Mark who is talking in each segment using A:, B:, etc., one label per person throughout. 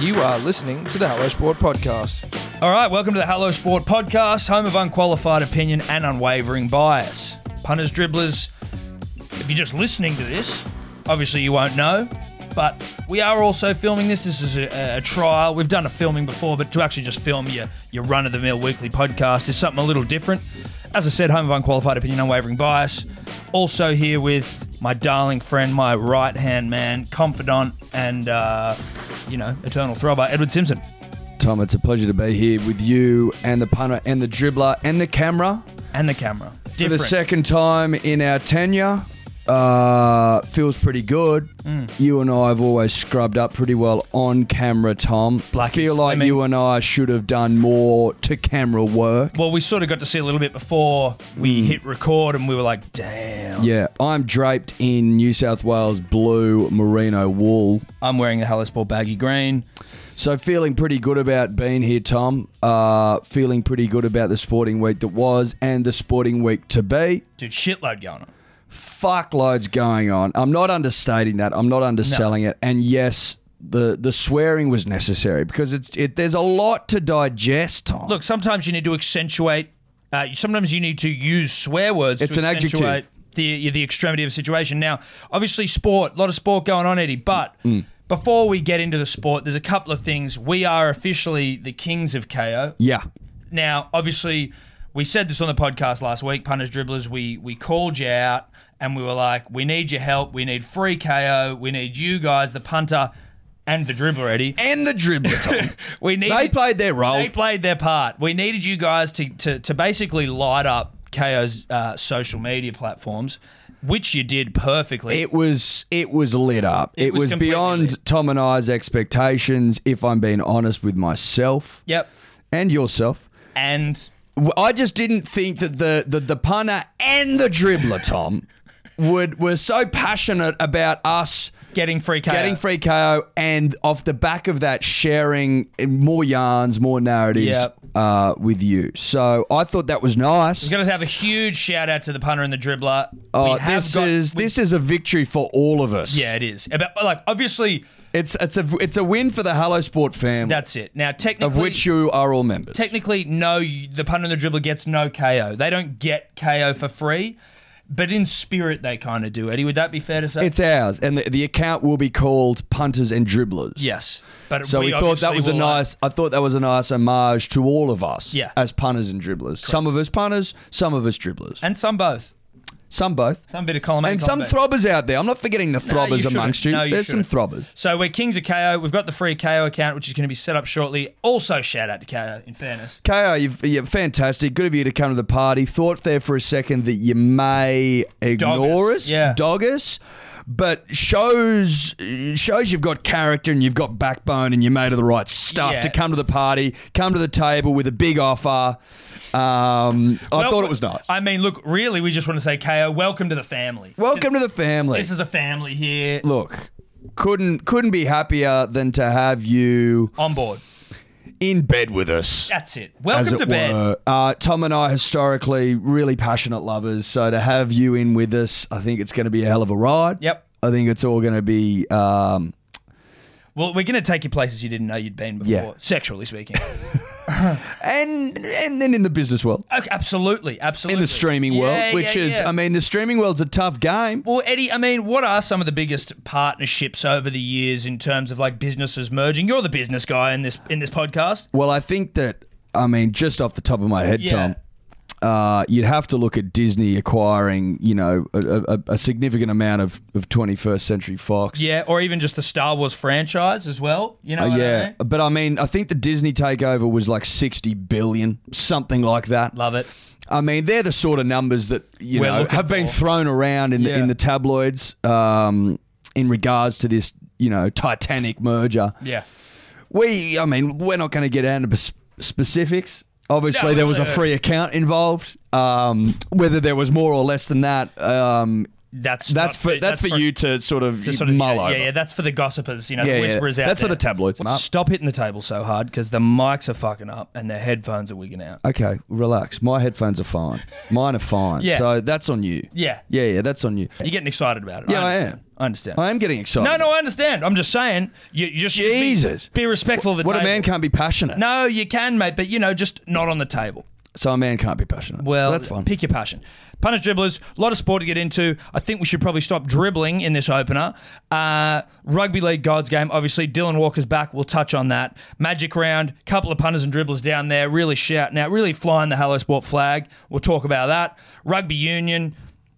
A: You are listening to the Hello Sport Podcast.
B: All right, welcome to the Hello Sport podcast, home of unqualified opinion and unwavering bias. Punters, dribblers, if you're just listening to this, obviously you won't know, but we are also filming this. This is a, a trial. We've done a filming before, but to actually just film your, your run of the mill weekly podcast is something a little different. As I said, home of unqualified opinion, unwavering bias. Also here with my darling friend, my right hand man, confidant, and, uh, you know, eternal throbber, Edward Simpson.
C: Tom, it's a pleasure to be here with you and the punter and the dribbler and the camera
B: And the camera.
C: for the
B: Different.
C: second time in our tenure. Uh, feels pretty good. You and I have always scrubbed up pretty well on camera, Tom.
B: Black is
C: Feel like
B: slimming.
C: you and I should have done more to camera work.
B: Well, we sort of got to see a little bit before we hit record, and we were like, "Damn,
C: Mm. Yeah, I'm draped in New South Wales blue merino wool.
B: I'm wearing the Hallisport baggy green."
C: So feeling pretty good about being here, Tom. Uh, feeling pretty good about the sporting week that was and the sporting week to be.
B: Dude, shitload going on.
C: fuck loads going on. I'm not understating that. I'm not underselling it. And yes, the the swearing was necessary because it's it. There's a lot to digest, Tom.
B: Look, sometimes you need to accentuate. Uh, sometimes you need to use swear words.
C: It's
B: to
C: an adjective.
B: accentuate The the extremity of a situation. Now, obviously, sport. A lot of sport going on, Eddie. But
C: Mm.
B: before we get into the sport, there's a couple of things. We are officially the kings of KO.
C: yeah,
B: Now, obviously, we said this on the podcast last week, punters, dribblers. We we called you out and we were like, we need your help. We need free KO. We need you guys, the punter and the dribbler, Eddie.
C: and the dribbler, Tom.
B: We need
C: they played their role.
B: They played their part. We needed you guys to to, to basically light up KO's uh, social media platforms, which you did perfectly.
C: It was it was lit up. It,
B: was
C: was,
B: completely
C: beyond
B: lit.
C: Tom and I's expectations. If I'm being honest with myself
B: yep.
C: and yourself,
B: And
C: W- I just didn't think that the the, the punter and the dribbler, Tom, would were so passionate about us
B: getting free KO.
C: Getting free KO and off the back of that, sharing more yarns, more narratives
B: Yep.
C: uh, with you. So I thought that was nice.
B: We're going to have a huge shout out to the punter and the dribbler.
C: Uh,
B: We have
C: this
B: got-
C: is
B: we-
C: this is a victory for all of us.
B: Yeah, it is. About like obviously
C: it's it's a it's a win for the Hello Sport family,
B: that's it. Now technically,
C: of which you are all members.
B: technically no, you- the punter and the dribbler gets no KO. They don't get KO for free, but in spirit they kind of do. Eddie, would that be fair to say?
C: it's ours, and the, the account will be called Punters and Dribblers.
B: yes, but
C: So we, thought that
B: obviously
C: was a
B: will, uh,
C: nice. I thought that was a nice homage to all of us,
B: Yeah.
C: as punters and dribblers. Some of us punters, some of us dribblers,
B: and some both,
C: some both.
B: some bit of column A,
C: And
B: column
C: some
B: B.
C: throbbers out there. I'm not forgetting the
B: No,
C: throbbers
B: shouldn't.
C: amongst you.
B: No,
C: There's
B: shouldn't.
C: some throbbers.
B: So we're Kings of KO. We've got the free KO account, which is going to be set up shortly. Also, shout out to KO. In fairness,
C: KO, you've, you're fantastic. Good of you to come to the party. Thought there for a second that you may ignore
B: us,
C: us,
B: yeah.
C: dog us, but shows shows you've got character and you've got backbone and you're made of the right stuff
B: Yeah.
C: to come to the party, come to the table with a big offer. Um, I
B: Well, uh,
C: thought it was nice.
B: I mean, look, really, we just want to say KO, welcome to the family.
C: Welcome to the family.
B: This is a family here
C: Look, couldn't couldn't be happier than to have you
B: on board.
C: in bed with us.
B: That's it.
C: as
B: Welcome
C: it
B: to bed.
C: were. Uh, Tom and I historically really passionate lovers, so to have you in with us, I think it's going to be a hell of a ride.
B: Yep.
C: I think it's all going to be. Um,
B: Well, we're going to take you places you didn't know you'd been before,
C: Yeah.
B: sexually speaking.
C: and and then in the business world,
B: okay, absolutely, absolutely.
C: in the streaming
B: Yeah, yeah,
C: world, which is,
B: yeah.
C: I mean, the streaming world's a tough game.
B: well, Eddie, I mean, what are some of the biggest partnerships over the years in terms of like businesses merging? You're the business guy in this in this podcast.
C: Well, I think that, I mean, just off the top of my head,
B: Yeah.
C: Tom. Uh, you'd have to look at Disney acquiring, you know, a, a, a significant amount of, of 21st Century Fox.
B: Yeah, or even just the Star Wars franchise as well. You know,
C: Uh,
B: what I
C: yeah,
B: mean?
C: but I mean, I think the Disney takeover was like sixty billion, something like that.
B: love it.
C: I mean, they're the sort of numbers that you
B: We're
C: know
B: looking
C: have been
B: for.
C: thrown around in the
B: Yeah.
C: in the tabloids um, in regards to this, you know, Titanic merger.
B: Yeah,
C: We, I mean, we're not going to get down to sp- specifics. Obviously,
B: No,
C: there was a
B: no.
C: free account involved. Um, whether there was more or less than that um,
B: that's
C: That's
B: not
C: for that's, for, you to sort of,
B: to sort of,
C: mull
B: yeah,
C: over.
B: yeah, yeah, that's for the gossipers, you know,
C: Yeah,
B: the
C: yeah.
B: whisperers out
C: That's for
B: there.
C: the tabloids. Mark.
B: Stop hitting the table so hard because the mics are fucking up and the headphones are wigging out.
C: Okay, relax. My headphones are fine. Mine are fine.
B: Yeah.
C: So that's on you.
B: Yeah.
C: Yeah, yeah, that's on you.
B: You're getting excited about it.
C: Yeah, I
B: I understand.
C: am.
B: I understand.
C: I am getting excited.
B: no, no, I understand. I'm just saying. You, you just just be-
C: Jesus.
B: be, respectful of the
C: What a
B: table.
C: man can't be passionate.
B: No, you can, mate, but you know, just not on the table.
C: So a man can't be passionate.
B: Well,
C: that's fine.
B: Pick your passion. Punish dribblers. A lot of sport to get into. I think we should probably stop dribbling in this opener. Uh, rugby league gods game. Obviously, Dylan Walker's back. We'll touch on that. Magic round. Couple of punters and dribblers down there. Really shouting out. Really flying the Hello Sport flag. We'll talk about that. Rugby union.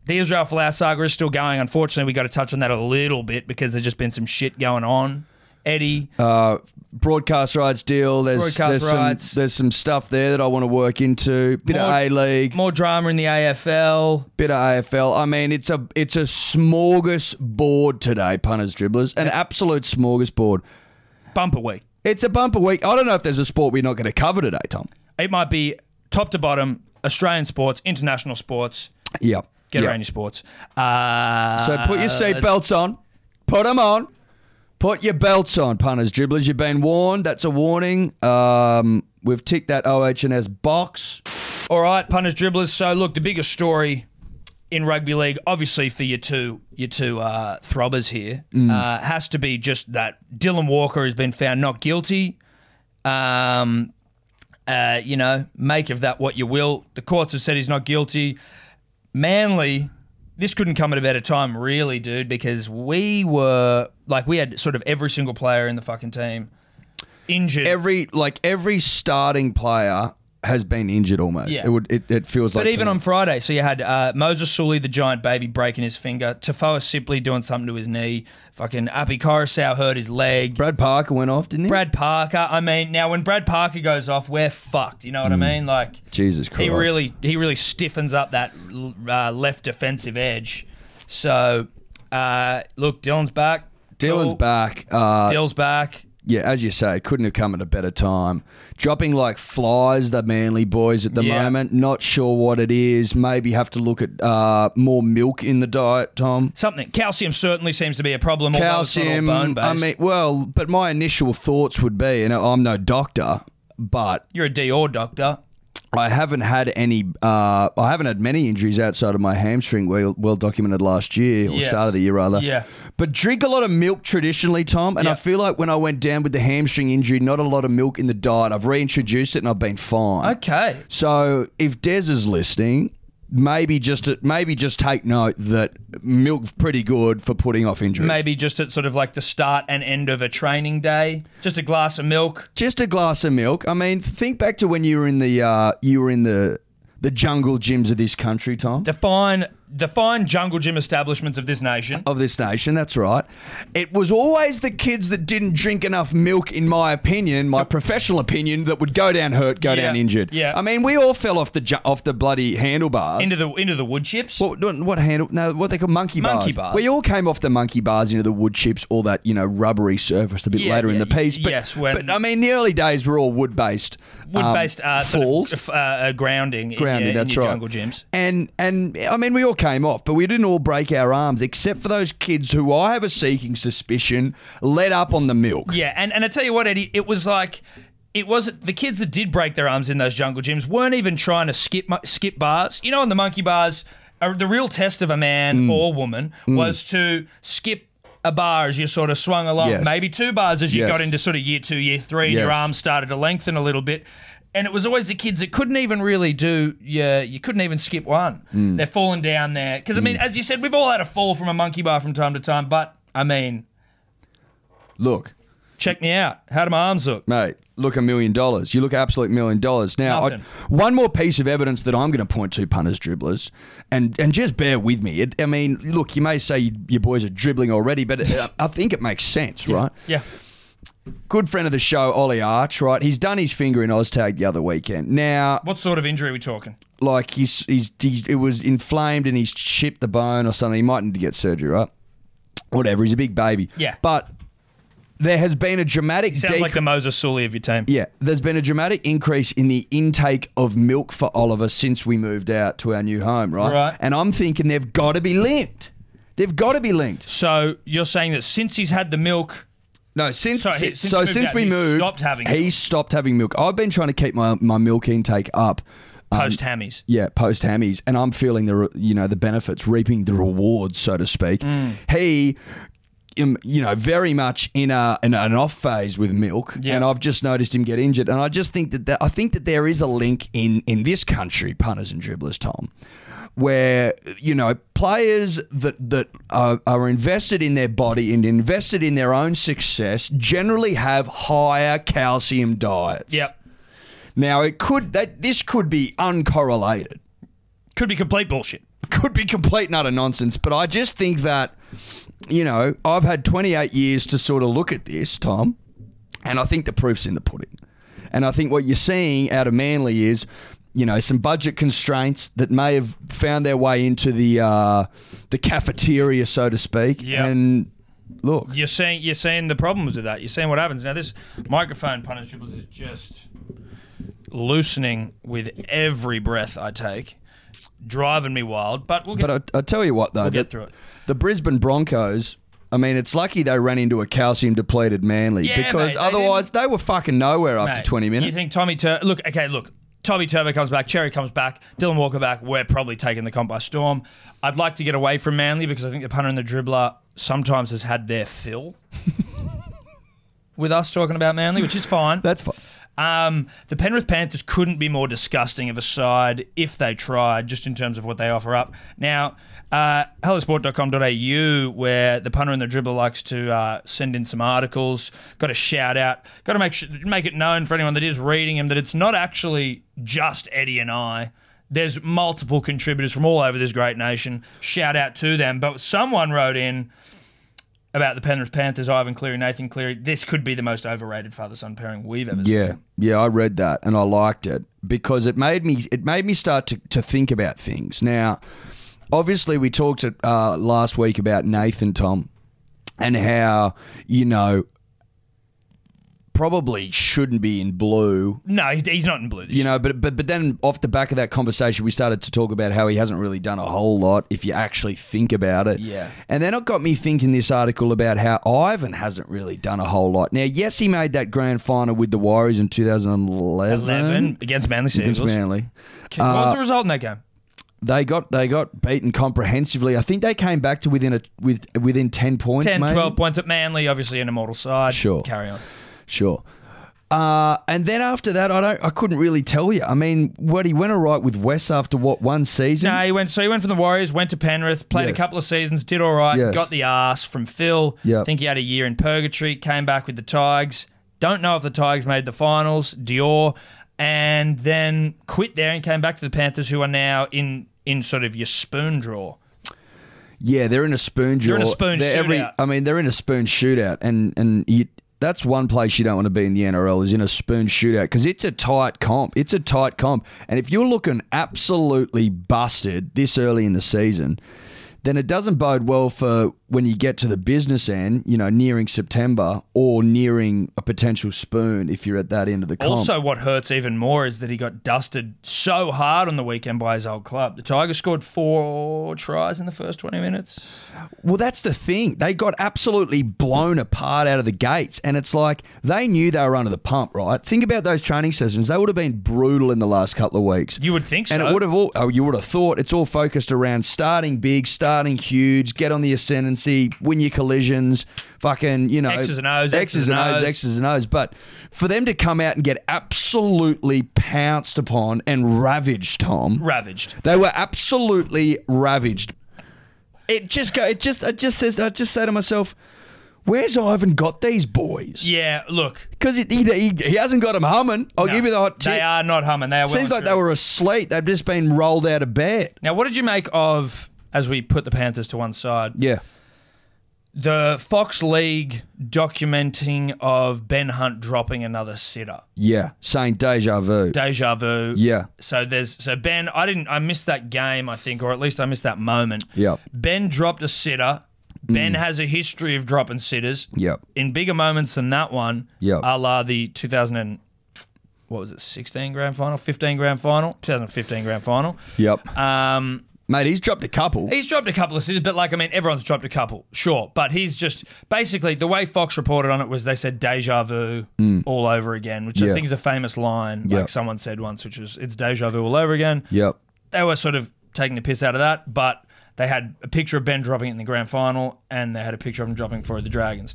B: The Israel Folau saga is still going. Unfortunately, we got to touch on that a little bit because there's just been some shit going on. Eddie,
C: uh, broadcast rights deal. There's
B: Broadcast
C: there's
B: rights.
C: some there's some stuff there that I want to work into. Bit of
B: More-
C: A League,
B: more drama in the AFL.
C: bit of AFL. I mean, it's a it's a smorgasbord today, punters, dribblers, an absolute smorgasbord.
B: Bumper week.
C: It's a bumper week. I don't know if there's a sport we're not going to cover today, Tom.
B: It might be top to bottom Australian sports, international sports.
C: Yeah,
B: Get
C: yeah.
B: around your sports. Uh,
C: So put your seatbelts on. Put them on. Put your belts on, punters, dribblers. You've been warned. That's a warning. Um, we've ticked that OHS box.
B: All right, punters, dribblers. So look, the biggest story in rugby league, obviously for your two your two uh, throbbers here, uh, has to be just that Dylan Walker has been found not guilty. Um, uh, you know, make of that what you will. The courts have said he's not guilty. Manly, this couldn't come at a better time, really, dude, because we were like we had sort of every single player in the fucking team injured.
C: every like every starting player has been injured almost.
B: Yeah.
C: It would it, it feels like
B: But even
C: to
B: on
C: me.
B: Friday, so you had uh, Moses Sully, the giant baby, breaking his finger. Tafoa Sipley doing something to his knee. Fucking Appy Coruscant hurt his leg.
C: Brad Parker went off, didn't he?
B: Brad Parker. I mean, now when Brad Parker goes off, we're fucked. You know what
C: Mm.
B: I mean? Like
C: Jesus Christ.
B: he really he really stiffens up that l- uh, left defensive edge. So uh, look, Dylan's back.
C: Dylan's
B: Cool.
C: back. Uh,
B: Dylan's back.
C: yeah, as you say, couldn't have come at a better time. Dropping like flies, the Manly boys at the
B: Yeah.
C: moment. Not sure what it is. Maybe have to look at uh, more milk in the diet, Tom.
B: Something calcium certainly seems to be a problem. although it's not all
C: Calcium.
B: bone-based.
C: I mean, well, but my initial thoughts would be, and I'm no doctor, but
B: you're a D or doctor.
C: I haven't had any. Uh, I haven't had many injuries outside of my hamstring, well, well documented last year or
B: Yes.
C: start of the year rather.
B: Yeah.
C: But drink a lot of milk traditionally, Tom. And I
B: Yeah.
C: feel like when I went down with the hamstring injury, not a lot of milk in the diet. I've reintroduced it and I've been fine.
B: Okay.
C: So if Des is listening, maybe just maybe just take note that milk's pretty good for putting off injuries.
B: Maybe just at sort of like the start and end of a training day, just a glass of milk.
C: just a glass of milk. I mean, think back to when you were in the uh, you were in the the jungle gyms of this country, Tom.
B: The fine, the fine jungle gym establishments of this nation.
C: of this nation. That's right. It was always the kids that didn't drink enough milk, in my opinion, my professional opinion, that would go down hurt, go
B: Yeah,
C: down injured.
B: yeah.
C: I mean, we all fell off the ju- off the bloody handlebars.
B: Into the into the wood chips.
C: what, what, what handle? No, what they call monkey bars.
B: Monkey bars.
C: We all came off the monkey bars into the wood chips, all that you know rubbery surface a bit
B: Yeah,
C: later in
B: yeah,
C: the piece. But,
B: yes, when-
C: but I mean, the early days were all wood based.
B: Wood based uh,
C: um, falls.
B: sort of, uh, uh, grounding,
C: Grounding,
B: in, your-
C: that's
B: in your
C: right.
B: jungle gyms.
C: And and I mean, we all came off, but we didn't all break our arms, except for those kids who I have a seeking suspicion let up on the milk.
B: Yeah, and, and I tell you what, Eddie, it was like it wasn't the kids that did break their arms in those jungle gyms weren't even trying to skip mu- skip bars. You know, in the monkey bars, uh, the real test of a
C: Mm.
B: man or woman was to skip. A bar as you sort of swung along,
C: Yes.
B: maybe two bars as you
C: Yes.
B: got into sort of year two, year three, and your
C: Yes.
B: arms started to lengthen a little bit. And it was always the kids that couldn't even really do, yeah, you couldn't even skip one.
C: Mm.
B: They're falling down there. Because, I mean, as you said, we've all had a fall from a monkey bar from time to time, but I mean,
C: Look,
B: check me out. How do my arms look?
C: mate, look a million dollars. You look an absolute million dollars. Now, I,
B: Nothing.
C: one more piece of evidence that I'm going to point to, punters, dribblers, and and just bear with me. It, I mean, look, you may say you, your boys are dribbling already, but uh, I think it makes sense, right?
B: Yeah.
C: Good friend of the show, Ollie Arch, right? He's done his finger in Oztag the other weekend. Now,
B: What sort of injury are we talking?
C: like he's, he's he's it was inflamed and he's chipped the bone or something. He might need to get surgery, right? Whatever. He's a big baby.
B: Yeah.
C: But there has been a dramatic
B: Sounds
C: dec-
B: like the Moses Sully of your team.
C: yeah, there's been a dramatic increase in the intake of milk for Oliver since we moved out to our new home, right?
B: Right.
C: And I'm thinking they've got to be linked. They've got to be linked.
B: So you're saying that since he's had the milk,
C: No, since
B: Sorry,
C: si-
B: he- since
C: so
B: he moved
C: since
B: out,
C: we
B: he
C: moved,
B: stopped having
C: he
B: milk.
C: stopped having milk. I've been trying to keep my my milk intake up. um,
B: post hammies.
C: yeah, post hammies, and I'm feeling the re- you know the benefits, reaping the rewards, so to speak. He, um, you know, very much in a in an off phase with milk,
B: Yeah.
C: and I've just noticed him get injured, and I just think that, that I think that there is a link in in this country, punters and dribblers, Tom, where you know players that that are, are invested in their body and invested in their own success generally have higher calcium diets.
B: Yep.
C: Now it could that this could be uncorrelated
B: Could be complete bullshit.
C: could be complete and utter nonsense, but I just think that, you know, I've had 28 years to sort of look at this, Tom, and I think the proof's in the pudding. And I think what you're seeing out of Manly is, you know, some budget constraints that may have found their way into the uh, the cafeteria, so to speak.
B: Yeah.
C: And look,
B: You're seeing you're seeing the problems with that. You're seeing what happens. Now this microphone punish dribbles is just loosening with every breath I take, driving me wild. But we'll get,
C: but I, I tell you what, though,
B: we'll get
C: that
B: through it.
C: the Brisbane Broncos. I mean, it's lucky they ran into a calcium depleted Manly
B: Yeah, mate,
C: because
B: they
C: otherwise they were fucking nowhere after
B: Mate,
C: 20 minutes.
B: You think Tommy Tur Look, okay, look. Tommy Turbo comes back, Cherry comes back, Dylan Walker back. We're probably taking the comp by storm. I'd like to get away from Manly because I think the punter and the dribbler sometimes has had their fill with us talking about Manly, which is fine.
C: That's fine.
B: Um, the Penrith Panthers couldn't be more disgusting of a side if they tried, just in terms of what they offer up. Now, uh, hellosport.com.au, where the punter and the dribbler likes to uh, send in some articles. Got a shout out. Got to make sure, make it known for anyone that is reading them that it's not actually just Eddie and I. There's multiple contributors from all over this great nation. Shout out to them. But someone wrote in about the Penrith Panthers, Ivan Cleary, Nathan Cleary. This could be the most overrated father son pairing we've ever seen.
C: Yeah, yeah, I read that and I liked it because it made me it made me start to, to think about things. Now, obviously, we talked at, uh, last week about Nathan Tom and how you know probably shouldn't be in blue.
B: No, he's, he's not in blue. This
C: You know, but, but but then off the back of that conversation, we started to talk about how he hasn't really done a whole lot if you actually think about it.
B: Yeah.
C: And then it got me thinking this article about how Ivan hasn't really done a whole lot. Now, yes, he made that grand final with the Warriors in 2011.
B: eleven against Manly
C: Against uh,
B: Seagulls.
C: Manly.
B: What was the result in that game?
C: They got they got beaten comprehensively. I think they came back to within a with within ten points.
B: 10,
C: maybe.
B: 12 points at Manly, obviously an immortal side.
C: Sure.
B: Carry on.
C: Sure. Uh, and then after that, I don't I couldn't really tell you. I mean, what he went all right with Wes after what one season?
B: No, Uh, he went. So he went from the Warriors, went to Penrith, played
C: Yes.
B: a couple of seasons, did all right,
C: Yes.
B: got the arse from Phil.
C: Yep.
B: I think he had a year in purgatory. Came back with the Tigers. Don't know if the Tigers made the finals. Dior, and then quit there and came back to the Panthers, who are now in in sort of your spoon draw.
C: Yeah, they're in a spoon draw.
B: They're in a spoon
C: They're
B: shootout.
C: I mean, they're in a spoon shootout, and and you, that's one place you don't want to be in the NRL is in a spoon shootout because it's a tight comp. It's a tight comp, and if you're looking absolutely busted this early in the season, then it doesn't bode well for when you get to the business end. You know, nearing September or nearing a potential spoon if you're at that end of the comp.
B: Also, what hurts even more is that he got dusted so hard on the weekend by his old club. The Tigers scored four tries in the first 20 minutes.
C: Well, that's the thing. They got absolutely blown apart out of the gates. And it's like they knew they were under the pump, right? Think about those training sessions. They would have been brutal in the last couple of weeks.
B: You would think so.
C: and it would have all, oh, you would have thought it's all focused around starting big, starting huge, get on the ascendancy, win your collisions, fucking, you know,
B: X's and O's,
C: X's and O's,
B: O's.
C: X's and O's. But for them to come out and get absolutely pounced upon and ravaged, Tom,
B: ravaged.
C: they were absolutely ravaged. It just go. It just. I just says. I just say to myself, "Where's Ivan got these boys?
B: Yeah, look.
C: Because he, he, he hasn't got them humming. I'll
B: no,
C: give you the hot
B: They
C: tip.
B: are not humming. They are well
C: Seems
B: and
C: like they
B: truly.
C: were asleep. They've just been rolled out of bed.
B: Now, what did you make of, as we put the Panthers to one side,
C: Yeah.
B: the Fox League documenting of Ben Hunt dropping another sitter?
C: Yeah. Saying deja vu.
B: Deja vu.
C: yeah.
B: So there's so Ben. I didn't. I missed that game. I think, or at least I missed that moment.
C: Yep. Mm.
B: Ben dropped a sitter. Ben has a history of dropping sitters.
C: Yep.
B: In bigger moments than that one.
C: Yep.
B: A la the 2000 and what was it? 16 grand final, 15 grand final, 2015 grand final.
C: Yep.
B: Um,
C: Mate, he's dropped a couple.
B: He's dropped a couple of cities, but like I mean, everyone's dropped a couple, sure. But he's just basically the way Fox reported on it was they said deja vu all over again, which I
C: Mm. Yeah.
B: think is a famous line
C: Yeah.
B: like someone said once, which was it's deja vu all over again.
C: Yep.
B: They were sort of taking the piss out of that, but they had a picture of Ben dropping it in the grand final, and they had a picture of him dropping for the Dragons.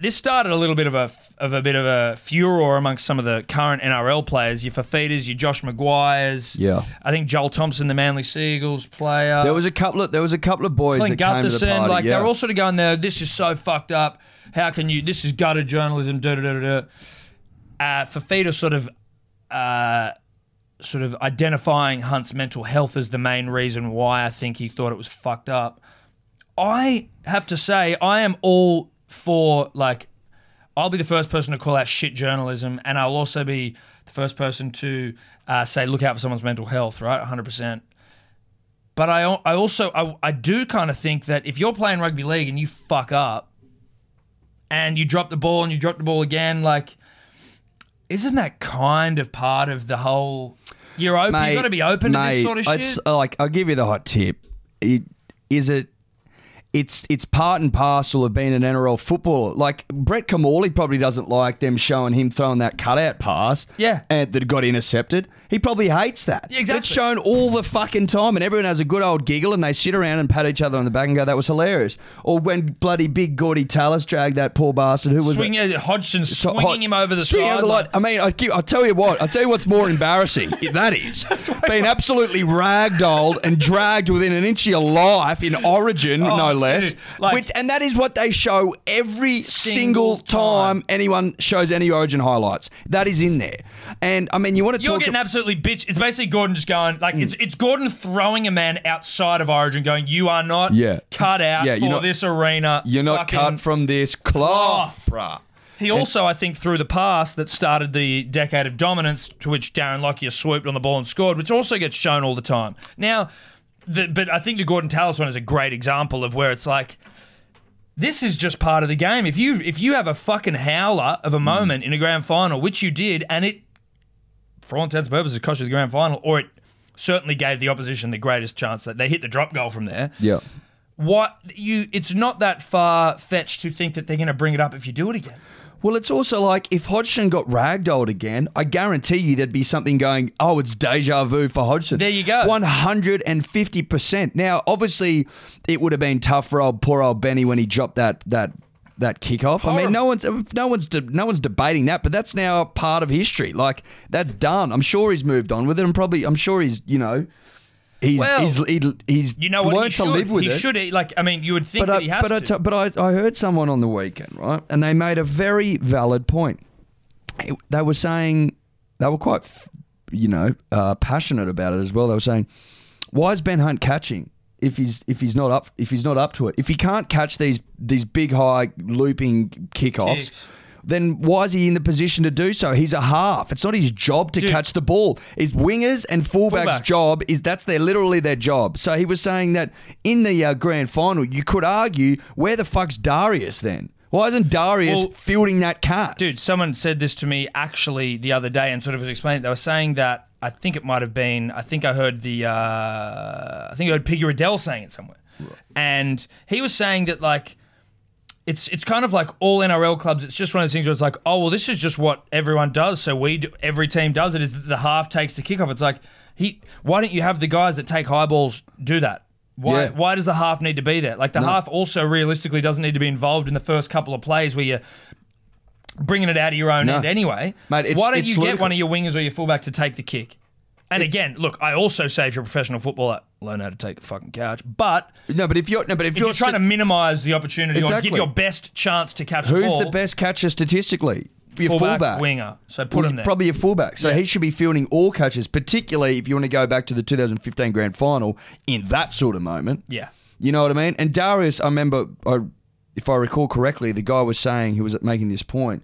B: This started a little bit of a of a bit of a furor amongst some of the current NRL players, your Fafitas, your Josh Maguires.
C: Yeah.
B: I think Joel Thompson, the Manly Seagulls player.
C: There was a couple of there was a couple of boys
B: Clint
C: that came to the
B: Gutherson,
C: party.
B: like
C: yeah.
B: they're all sort of going there. This is so fucked up. How can you? This is gutted journalism. Da da da da. da." Uh, Fafita sort of, uh, sort of identifying Hunt's mental health as the main reason why I think he thought it was fucked up. I have to say, I am all for like, I'll be the first person to call out shit journalism, and I'll also be the first person to uh, say look out for someone's mental health. Right, hundred percent. But I, I also I, I do kind of think that if you're playing rugby league and you fuck up, and you drop the ball and you drop the ball again, like, isn't that kind of part of the whole? You're open. you
C: Mate,
B: got to be open to
C: mate,
B: this sort of shit.
C: it's, uh, Like I'll give you the hot tip. It, is it? It's it's part and parcel of being an NRL footballer. Like Brett Kamali probably doesn't like them showing him throwing that cutout pass.
B: Yeah.
C: and that got intercepted. He probably hates that.
B: Yeah, exactly.
C: It's shown all the fucking time, and everyone has a good old giggle, and they sit around and pat each other on the back and go, "That was hilarious." Or when bloody big Gordy Tallis dragged that poor bastard who was
B: Swing, uh, Hodgson
C: so
B: swinging
C: hot.
B: him over the
C: Swinging
B: side.
C: over the line. I mean, I give, I'll tell you what. I'll tell you what's more embarrassing. that is being absolutely ragdolled and dragged within an inch of your life in Origin, no less.
B: Oh, dude, like-
C: which, and that is what they show every
B: Single
C: single, time, anyone shows any Origin highlights. That is in there. And I mean, you want to
B: You're
C: talk?
B: getting absolutely bitch. It's basically Gordon just going like it's it's Gordon throwing a man outside of Origin, going, "You are not
C: Yeah.
B: cut out
C: Yeah,
B: for
C: you're not-
B: this arena.
C: you're not
B: Fucking-
C: cut from this cloth, bruh.
B: He also, I think, threw the pass that started the decade of dominance, to which Darren Lockyer swooped on the ball and scored, which also gets shown all the time. Now, the, but I think the Gordon Tallis one is a great example of where it's like, this is just part of the game. If you if you have a fucking howler of a moment in a grand final, which you did, and it, for all intents and purposes, cost you the grand final, or it certainly gave the opposition the greatest chance that they hit the drop goal from there
C: Yeah.
B: what you it's not that far fetched to think that they're going to bring it up if you do it again
C: Well, it's also like if Hodgson got ragdolled again, I guarantee you there'd be something going, oh, it's deja vu for Hodgson.
B: There you go.
C: 150%. Now, obviously, it would have been tough for old, poor old Benny when he dropped that, that, that kickoff. I mean, no one's no one's de- no one's debating that, but that's now part of history. Like that's done. I'm sure he's moved on with it. and probably I'm sure he's you know he's
B: Well,
C: he's he's, he's
B: you know what
C: learned
B: he should
C: to live with
B: he
C: it
B: should like i mean you would think
C: but
B: that
C: I,
B: he has
C: but I
B: to
C: t- but I, I heard someone on the weekend, right? And they made a very valid point. It- They were saying they were quite, you know, uh, passionate about it as well. They were saying, "Why is Ben Hunt catching if he's if he's not up if he's not up to it? If he can't catch these these big high looping kickoffs."
B: Kicks.
C: Then why is he in the position to do so? He's a half. It's not his job to
B: Dude.
C: catch the ball. His wingers and fullbacks'
B: Fullbacks.
C: job job is that's their literally their job. So he was saying that in the uh, grand final, you could argue where the fuck's Darius then? Why isn't Darius
B: Well-
C: fielding that cart?
B: dude someone said this to me actually the other day and sort of was explaining they were saying that i think it might have been i think i heard the uh, i think i heard piggy riddell saying it somewhere and he was saying that like it's it's kind of like all NRL clubs. It's just one of those things where it's like, oh well, this is just what everyone does. So we do, every team does it. Is that the half takes the kickoff? It's like he. Why don't you have the guys that take high balls do that? Why
C: Yeah.
B: why does the half need to be there? Like the half also realistically doesn't need to be involved in the first couple of plays where you're bringing it out of your own
C: No.
B: end anyway.
C: Mate, it's-
B: why don't
C: it's
B: you get
C: ludicrous.
B: one of your wingers or your fullback to take the kick? And again, look, I also say if you're a professional footballer, learn how to take the fucking couch. But
C: No, but if you're no, but if,
B: if you're trying to
C: st-
B: minimise the opportunity or
C: Exactly.
B: get your best chance to catch the
C: who's
B: ball,
C: the best catcher statistically? Your
B: fullback,
C: fullback,
B: winger? So put him there.
C: Probably your fullback. So he should be fielding all catches, particularly if you want to go back to the 2015 grand final in that sort of moment.
B: yeah.
C: You know what I mean? And Darius, I remember, I, if I recall correctly, the guy was saying who was making this point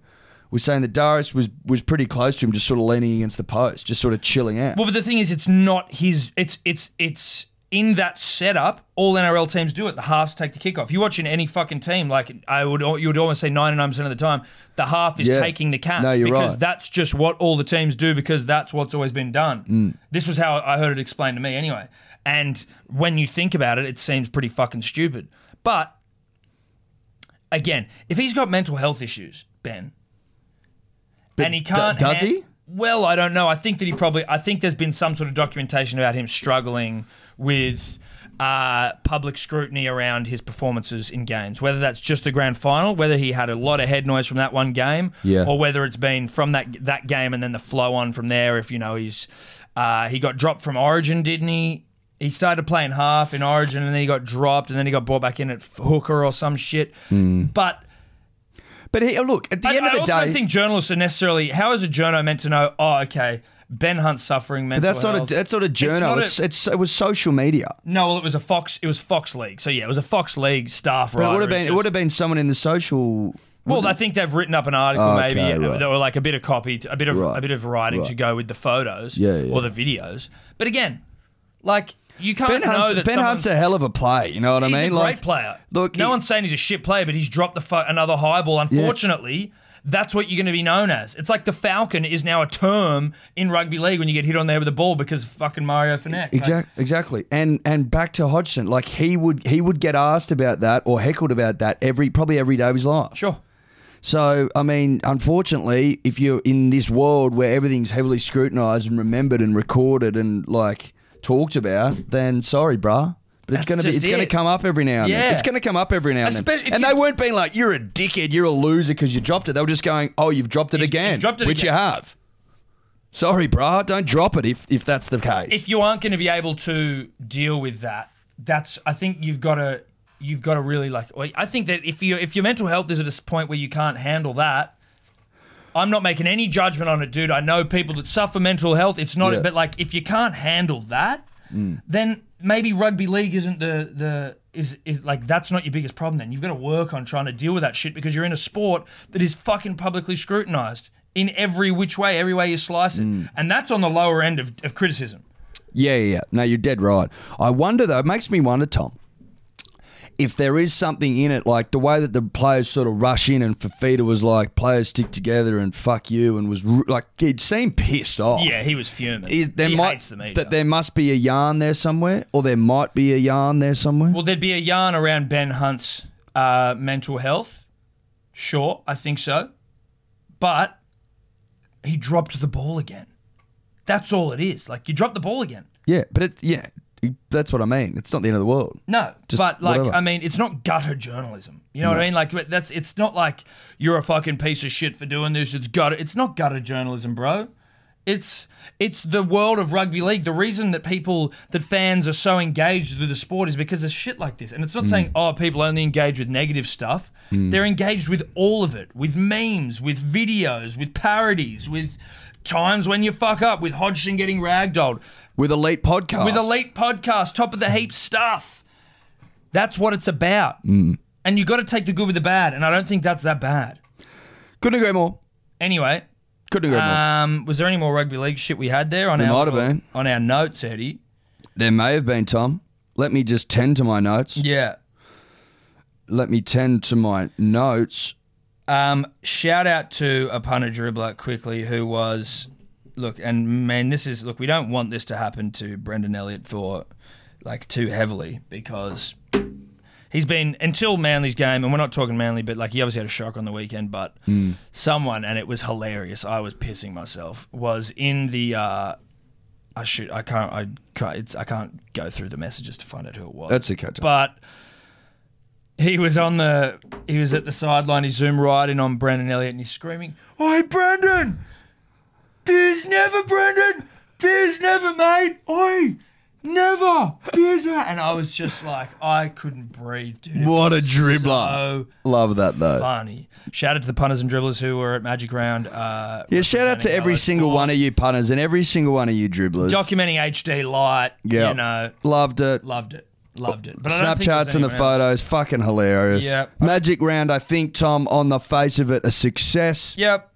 C: was saying that Darius was was pretty close to him, just sort of leaning against the post, just sort of chilling out.
B: Well, but the thing is, it's not his. It's it's it's in that setup, all NRL teams do it. The halves take the kickoff. You're watching any fucking team, like I would, you would almost say 99% of the time, the half is
C: Yeah.
B: taking the catch
C: No, you're
B: because
C: right.
B: that's just what all the teams do because that's what's always been done.
C: Mm.
B: This was how I heard it explained to me, anyway. And when you think about it, it seems pretty fucking stupid. But again, if he's got mental health issues, Ben, and he
C: d-
B: can't.
C: does
B: han-
C: he?
B: Well, I don't know. I think that he probably. I think there's been some sort of documentation about him struggling with uh, public scrutiny around his performances in games. Whether that's just the grand final, whether he had a lot of head noise from that one game,
C: Yeah.
B: or whether it's been from that that game and then the flow on from there. If you know he's uh, he got dropped from Origin, didn't he? He started playing half in Origin and then he got dropped and then he got brought back in at hooker or some shit. But
C: But he, uh, look, at the
B: I,
C: end of
B: I
C: the
B: also
C: day,
B: don't think journalists are necessarily. How is a journo meant to know? Oh, okay, Ben Hunt's suffering mental
C: that's not a
B: health.
C: that's not a
B: not a-
C: journal. It's, it's it was social media.
B: no, well, it was a Fox. It was Fox League. So yeah, it was a Fox League staff
C: But
B: writer.
C: it would have
B: It's
C: been it
B: just-
C: would have been someone in the social.
B: well, I think they've written up an article,
C: Okay,
B: maybe
C: right.
B: that were like a bit of copy, to- a bit of
C: Right,
B: a bit of writing to
C: right.
B: go with the photos,
C: Yeah, yeah.
B: or the videos. But again, like you can't
C: Ben,
B: know
C: Hunt's,
B: that
C: ben
B: someone-
C: Hunt's a hell of a play. You know what
B: He's
C: I mean?
B: a great
C: Like,
B: player.
C: look,
B: no
C: he-
B: one's saying he's a shit player, but he's dropped the fu- another high ball. Unfortunately, that's what you're going to be known as. It's like the Falcon is now a term in rugby league when you get hit on the head with a ball because of fucking Mario Finette.
C: Exactly, exactly. And and back to Hodgson, like he would he would get asked about that or heckled about that every probably every day of his life.
B: sure.
C: So I mean, unfortunately, if you're in this world where everything's heavily scrutinized and remembered and recorded and like talked about, then sorry, bruh. But it's
B: That's
C: gonna be
B: just
C: it's gonna
B: it.
C: come up every now and
B: Yeah.
C: then. It's gonna come up every now and
B: Especially if
C: then. And
B: you-
C: they weren't being like, "You're a dickhead. You're a loser because you dropped it." They were just going, "Oh, you've dropped it
B: He's-
C: again,"
B: he's dropped it
C: which
B: again.
C: you have. Sorry, bruh. Don't drop it if if that's the case.
B: If you aren't going to be able to deal with that, that's I think you've got to you've got to really like. I think that if you if your mental health is at a point where you can't handle that. I'm not making any judgment on it, dude. I know people that suffer mental health. It's not,
C: Yeah.
B: but like if you can't handle that, then maybe rugby league isn't the the is, is like that's not your biggest problem. Then you've got to work on trying to deal with that shit because you're in a sport that is fucking publicly scrutinized in every which way, every way you slice it, and that's on the lower end of, of criticism.
C: Yeah, yeah, yeah. No, you're dead right. I wonder though. It makes me wonder, Tom, if there is something in it, like the way that the players sort of rush in, and Fafita was like, "Players stick together and fuck you," and was r- like, he'd seemed pissed off.
B: Yeah, he was fuming.
C: Is, there
B: he
C: might
B: hates the media.
C: that there must be a yarn there somewhere, or there might be a yarn there somewhere.
B: well, there'd be a yarn around Ben Hunt's uh, mental health. Sure, I think so, but he dropped the ball again. That's all it is. Like you dropped the ball again.
C: yeah, but it, yeah, that's what I mean. It's not the end of the world.
B: No,
C: Just
B: but like
C: whatever.
B: I mean, it's not gutter journalism. You know what I mean? Like but that's it's not like you're a fucking piece of shit for doing this. It's gutter. It's not gutter journalism, bro. It's it's the world of rugby league. The reason that people that fans are so engaged with the sport is because there's shit like this. And it's not
C: Hmm.
B: saying oh people only engage with negative stuff. They're engaged with all of it, with memes, with videos, with parodies, with times when you fuck up, with Hodgson getting ragdolled
C: With elite podcast,
B: with elite podcast, top of the heap stuff. That's what it's about.
C: Mm.
B: And you got to take the good with the bad, and I don't think that's that bad.
C: couldn't agree more.
B: Anyway,
C: Couldn't agree more.
B: um, was there any more rugby league shit we had there on
C: There
B: our
C: might have been.
B: on our notes, Eddie?
C: There may have been Tom. Let me just tend to my notes.
B: Yeah.
C: Let me tend to my notes.
B: Um, shout out to a punter dribbler quickly who was look and man, this is look. We don't want this to happen to Brendan Elliott for like too heavily because he's been until Manly's game, and we're not talking Manly, but like he obviously had a shock on the weekend. But
C: Mm.
B: someone and it was hilarious. I was pissing myself. Was in the. Uh, I shoot. I can't. I can't. It's, I can't go through the messages to find out who it was.
C: That's okay. Tom.
B: But he was on the he was at the sideline. He zoomed right in on Brendan Elliott and he's screaming, "Oi, Brendan! Beers never, Brendan! Beers never, mate! Oi, never! Beers!" never!" And I was just like, I couldn't breathe, dude. It
C: What a
B: was
C: dribbler.
B: So
C: Love that though.
B: funny. Shout out to the punters and dribblers who were at Magic Round. Uh,
C: Yeah, shout out to
B: representing
C: every
B: Adelaide.
C: single one of you punters and every single one of you dribblers.
B: documenting HD light.
C: yeah,
B: you know,
C: loved it.
B: loved it, loved it. But I don't think there's
C: Snapchats and the
B: anyone else.
C: photos, fucking hilarious.
B: Yeah.
C: Magic round, I think Tom on the face of it a success.
B: Yep.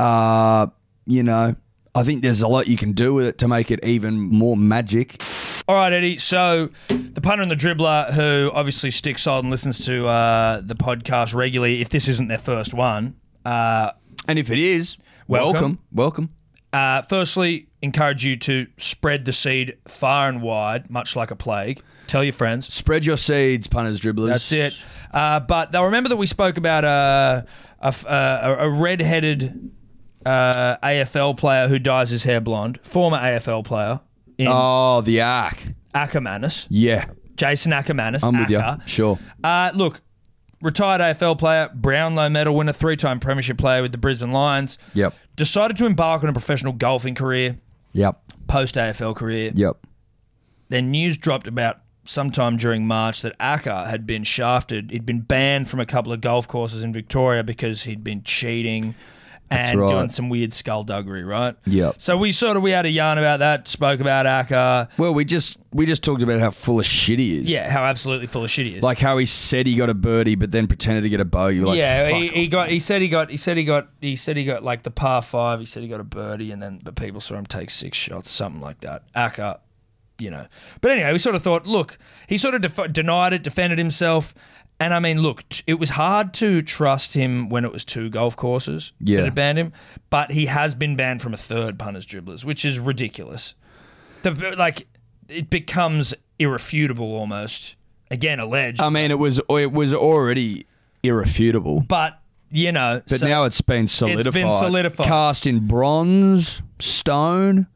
C: Uh, you know, I think there's a lot you can do with it to make it even more magic.
B: All right, Eddie. So the punter and the dribbler, who obviously sticks on and listens to uh, the podcast regularly, if this isn't their first one, uh,
C: And if it is,
B: Welcome.
C: welcome. Welcome.
B: uh, firstly, encourage you to spread the seed far and wide, much like a plague. Tell your friends.
C: Spread your seeds, punters, dribblers.
B: That's it. Uh, but they'll remember that we spoke about a, a, f- uh, a- a red-headed uh, AFL player who dyes his hair blonde, former AFL player in
C: Oh, the arc.
B: Ackermanis,
C: Yeah.
B: Jason Ackermanis.
C: I'm with you.
B: Acker.
C: Sure.
B: Uh, look, retired AFL player, Brownlow medal winner, three-time premiership player with the Brisbane Lions.
C: Yep.
B: Decided to embark on a professional golfing career,
C: Yep.
B: post-AFL career.
C: Yep.
B: Then news dropped about sometime during March that Acker had been shafted. He'd been banned from a couple of golf courses in Victoria because he'd been cheating and
C: right.
B: doing some weird skullduggery, right?
C: Yep.
B: So we sort of we had a yarn about that, spoke about Acker.
C: Well, we just we just talked about how full of shit he is.
B: Yeah, how absolutely full of shit he is.
C: Like how he said he got a birdie, but then pretended to get a bow. You're like,
B: yeah,
C: fuck
B: he, he got. He said he got. He said he got. He said he got like the par five. He said he got a birdie, and then but people saw him take six shots, something like that. Acker, you know. But anyway, we sort of thought, look, he sort of def- denied it, defended himself, and I mean, look, t- it was hard to trust him when it was two golf courses
C: Yeah.
B: that had banned him, but he has been banned from a third punters dribblers, which is ridiculous. The, like, it becomes irrefutable almost. Again, alleged,
C: I mean, it was it was already irrefutable,
B: but you know,
C: but now it's been solidified.
B: solidified.
C: Cast in bronze, stone.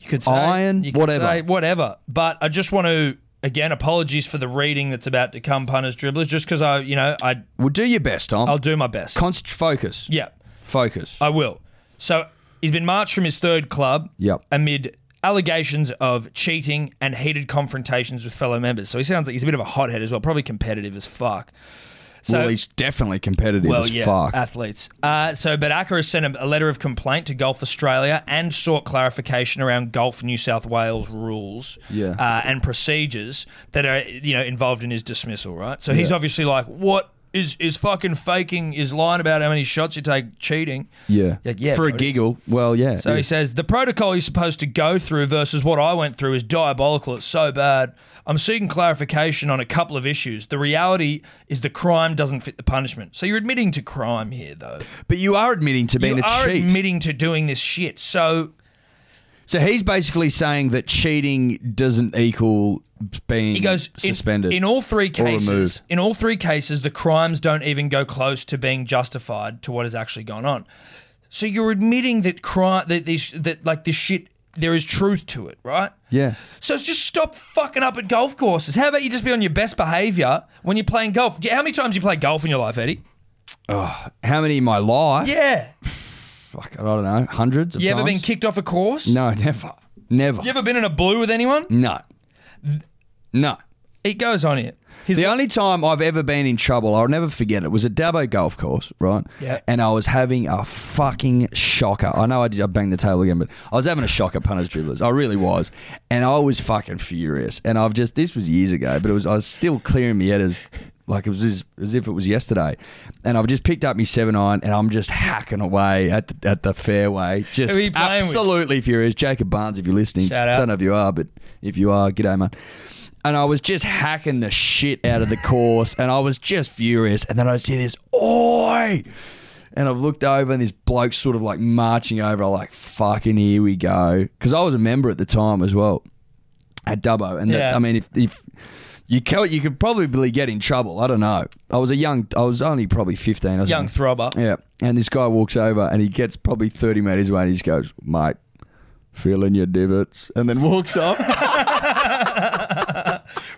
B: You could say
C: Iron,
B: you could
C: whatever.
B: say whatever. But I just want to again apologies for the reading that's about to come, punters, dribblers. Just because I, you know, I
C: Well, do your best, Tom.
B: I'll do my best.
C: Const- focus.
B: yeah, Uh,
C: Focus.
B: I will. So he's been marched from his third club.
C: Yep.
B: Amid allegations of cheating and heated confrontations with fellow members. So he sounds like he's a bit of a hothead as well. Probably competitive as fuck. So
C: well, he's definitely competitive
B: Well,
C: as
B: yeah,
C: fuck.
B: athletes. Uh, so, but Acker has sent a, a letter of complaint to Golf Australia and sought clarification around Golf New South Wales rules
C: Yeah.
B: uh, and procedures that are you know involved in his dismissal. Right. So he's
C: Yeah.
B: obviously like, what is is fucking faking? Is lying about how many shots you take cheating?
C: yeah.
B: Like, yeah,
C: For a
B: bro,
C: giggle. Well, yeah.
B: So he
C: yeah.
B: says the protocol you're supposed to go through versus what I went through is diabolical. It's so bad. I'm seeking clarification on a couple of issues. The reality is the crime doesn't fit the punishment. So you're admitting to crime here, though.
C: but you are admitting to being
B: you
C: a
B: are
C: cheat.
B: admitting to doing this shit. So
C: so he's basically saying that cheating doesn't equal being
B: he goes in-
C: Mm-hmm. suspended.
B: In, all three
C: Or removed.
B: cases. In all three cases, the crimes don't even go close to being justified to what has actually gone on. So you're admitting that crime that this that like this shit there is truth to it, right?
C: yeah.
B: So it's just stop fucking up at golf courses. How about you just be on your best behavior when you're playing golf? Yeah, How many times you play golf in your life, Eddie?
C: How many in my life?
B: Yeah.
C: Fuck, I don't know. Hundreds of
B: You ever
C: times?
B: been kicked off a course?
C: No, Mm. never. Never.
B: You ever been in a blue with anyone?
C: No. No.
B: It goes on here. His
C: The only time I've ever been in trouble, I'll never forget it, was at Dabo Golf Course, right?
B: Yeah.
C: And I was having a fucking shocker. I know I, did, I banged the table again, but I was having a shocker, punters, dribblers. I really was. And I was fucking furious. And I've just, this was years ago, but it was I was still clearing my head as, like it was as, as if it was yesterday. And I've just picked up my 7 iron and I'm just hacking away at the, at the fairway. Just
B: Who are you playing with?
C: absolutely furious. Jacob Barnes, if you're listening,
B: Shout out.
C: don't know if you are, but if you are, g'day, man. And I was just hacking the shit out of the course, and I was just furious. And then I see this, oi! And I've looked over, and this bloke's sort of like marching over. I'm like, fucking here we go. Because I was a member at the time as well at Dubbo. And that,
B: Yeah.
C: I mean, if, if you co- you could probably get in trouble. I don't know. I was a young, I was only probably 15 or something.
B: young throbber.
C: Yeah. And this guy walks over and he gets probably 30 metres away and he just goes, mate, feeling your divots. And then walks off.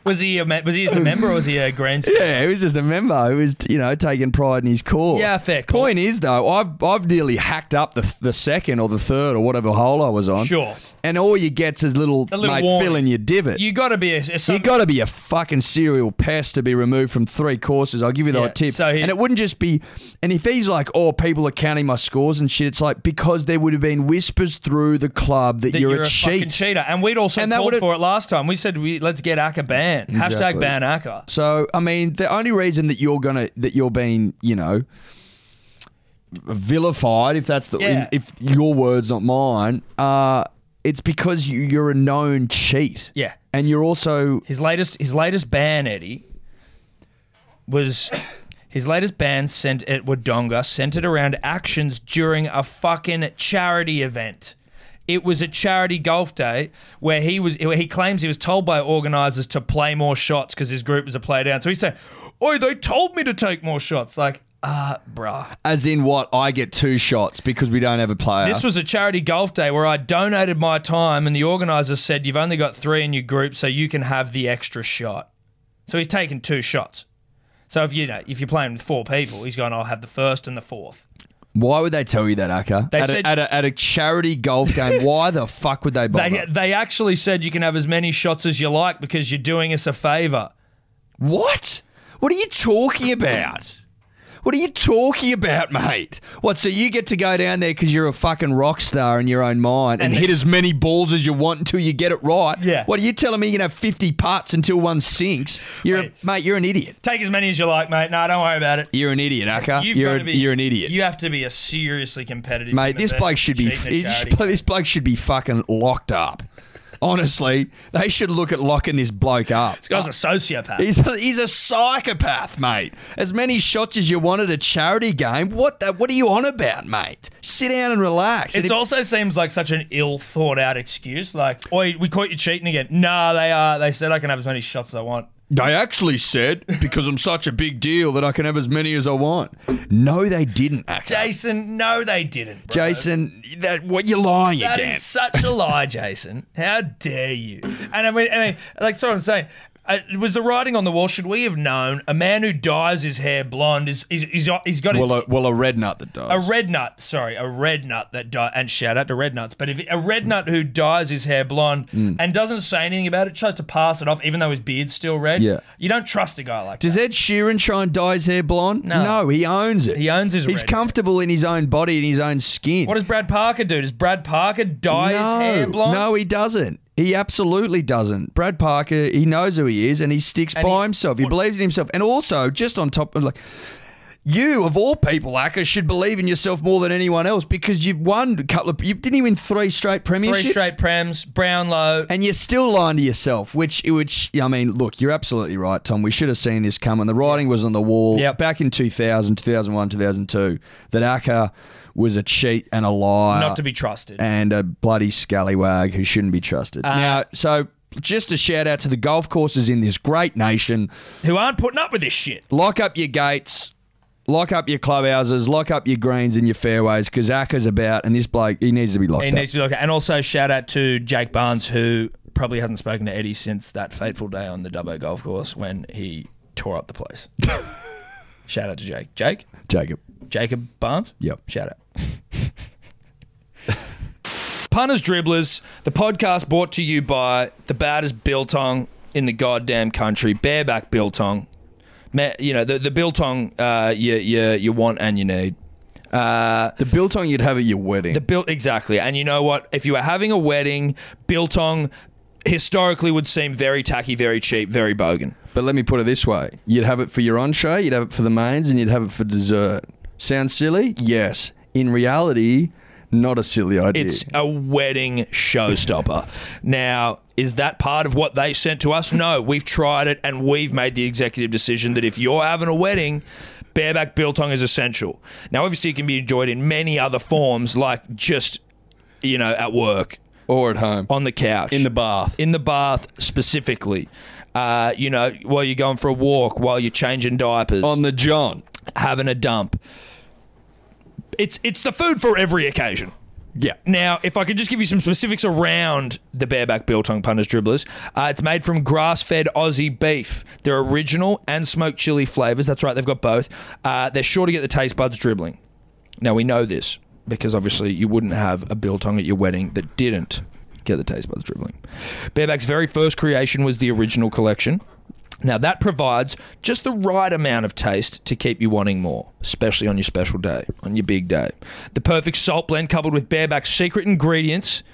B: Was he a me- was he just a member or was he a grand? sc-
C: yeah, he was just a member who was, you know, taking pride in his cause.
B: Yeah, fair call.
C: Point is, though, I've, I've nearly hacked up the, the second or the third or whatever hole I was on.
B: Sure.
C: And all you get's is little,
B: A little
C: mate,
B: warning.
C: feeling your divots.
B: You got to be a, a some-
C: You got to be a fucking serial pest to be removed from three courses. I'll give you that
B: Yeah,
C: tip.
B: so he-
C: and it wouldn't just be. And if he's like, "Oh, people are counting my scores and shit," it's like because there would have been whispers through the club that,
B: that
C: you're,
B: you're,
C: a,
B: fucking
C: cheat.
B: cheater. And we'd also
C: And that
B: called
C: would've-
B: for it last time. We said we let's get Acker banned. Hashtag
C: Exactly.
B: ban Acker.
C: So I mean, the only reason that you're gonna that you're being, you know, vilified, if that's the
B: Yeah.
C: if your words not mine, uh, it's because you, you're a known cheat.
B: Yeah.
C: and you're also
B: His latest his latest ban, Eddie, was his latest ban sent at Wodonga centered around actions during a fucking charity event. It was a charity golf day where he was where he claims he was told by organisers to play more shots because his group was a play down. So he's saying, Oi, they told me to take more shots. Like, ah, bruh.
C: as in what I get two shots because we don't have a player.
B: This was a charity golf day where I donated my time, and the organizer said, You've only got three in your group, so you can have the extra shot. So he's taken two shots. So if you know, if you're playing with four people, he's going, I'll have the first and the fourth.
C: why would they tell you that, Akka?
B: They
C: at,
B: said-
C: a, at, a, at a charity golf game, why the fuck would they bother?
B: They, they actually said you can have as many shots as you like because you're doing us a favor.
C: What? What are you talking about? What are you talking about, mate? What? So you get to go down there because you're a fucking rock star in your own mind and,
B: And
C: hit as many balls as you want until you get it right?
B: Yeah.
C: What are you telling me? You can have fifty putts until one sinks? You're a,
B: Wait.
C: mate. You're an idiot.
B: Take as many as you like, mate. No, don't worry about it.
C: You're an idiot, Akka.
B: You've
C: You're,
B: got
C: a,
B: to be,
C: you're an idiot,
B: You have to be a seriously competitive
C: mate.
B: human
C: This
B: being
C: bloke should be.
B: cheating at
C: This,
B: charity.
C: blo- this bloke should be fucking locked up. Honestly, they should look at locking this bloke up. Uh,
B: This guy's a sociopath.
C: He's a, he's a psychopath, mate. As many shots as you want at a charity game. What the, what are you on about, mate? Sit down and relax. And
B: It
C: if-
B: also seems like such an ill thought out excuse. Like, oi, we caught you cheating again. Nah, they are. They said I can have as many shots as I want.
C: they actually said because I'm such a big deal that I can have as many as I want. No, they didn't. Actually.
B: Jason, no, they didn't. bro.
C: Jason, that what you're lying
B: That
C: again.
B: is such a lie, Jason. How dare you? And I mean, I mean like, that's what I'm saying. Uh, was the writing on the wall? Should we have known a man who dyes his hair blonde is is he's, he's got his,
C: well, uh, a, well, a red nut that does.
B: a red nut, sorry, a red nut that die and shout out to red nuts, but if a red nut who dyes his hair blonde
C: Mm.
B: and doesn't say anything about it, tries to pass it off even though his beard's still red,
C: Yeah.
B: you don't trust a guy like
C: Does Ed Sheeran try and dye his hair blonde?
B: No.
C: he owns it.
B: He owns his
C: He's
B: red
C: comfortable in his own body and his own skin.
B: What does Brad Parker do? Does Brad Parker dye his hair blonde?
C: No, he doesn't. He absolutely doesn't. Brad Parker, he knows who he is and he sticks by
B: he-
C: himself. He believes in himself. And also, just on top of like you of all people, Acker, should believe in yourself more than anyone else because you've won a couple of you didn't you win three straight premierships.
B: Three straight prems, Brownlow.
C: And you're still lying to yourself, which, which I mean, look, you're absolutely right, Tom. We should have seen this coming. The writing was on the wall
B: Yep.
C: back in 2000, 2001, 2002 that Acker was a cheat and a liar
B: Not to be trusted.
C: and a bloody scallywag who shouldn't be trusted.
B: Uh,
C: now, so just a shout out to the golf courses in this great nation.
B: who aren't putting up with this shit.
C: Lock up your gates, lock up your clubhouses, lock up your greens and your fairways because Acker's about, and this bloke, he needs to be locked
B: He
C: up.
B: needs to be like And also shout out to Jake Barnes, who probably hasn't spoken to Eddie since that fateful day on the Dubbo golf course when he tore up the place. shout out to Jake. Jake?
C: Jacob.
B: Jacob Barnes?
C: Yep.
B: Shout out. Punters Dribblers, the podcast brought to you by the baddest biltong in the goddamn country, bareback biltong. Ma- You know, the, the biltong uh, you, you, you want and you need. Uh,
C: The biltong you'd have at your wedding.
B: the bil- exactly. And you know what? If you were having a wedding, biltong historically would seem very tacky, very cheap, very bogan.
C: But let me put it this way: you'd have it for your entree, you'd have it for the mains, and you'd have it for dessert. Sounds silly? Yes. In reality, not a silly idea.
B: It's a wedding showstopper. now, is that part of what they sent to us? No, we've tried it and we've made the executive decision that if you're having a wedding, bareback biltong is essential. Now, obviously, it can be enjoyed in many other forms, like just, you know, at work,
C: or at home
B: on the couch,
C: in the bath.
B: in the bath specifically. Uh, you know, while you're going for a walk, while you're changing diapers,
C: on the John.
B: having a dump. It's it's the food for every occasion.
C: Yeah.
B: Now, if I could just give you some specifics around the bareback biltong punters dribblers, uh, it's made from grass-fed Aussie beef. They're original and smoked chili flavors. That's right, they've got both. Uh, they're sure to get the taste buds dribbling. Now we know this because obviously you wouldn't have a biltong at your wedding that didn't get the taste buds dribbling. Bareback's very first creation was the original collection. Now that provides just the right amount of taste to keep you wanting more, especially on your special day, on your big day. The perfect salt blend coupled with Bareback's secret ingredients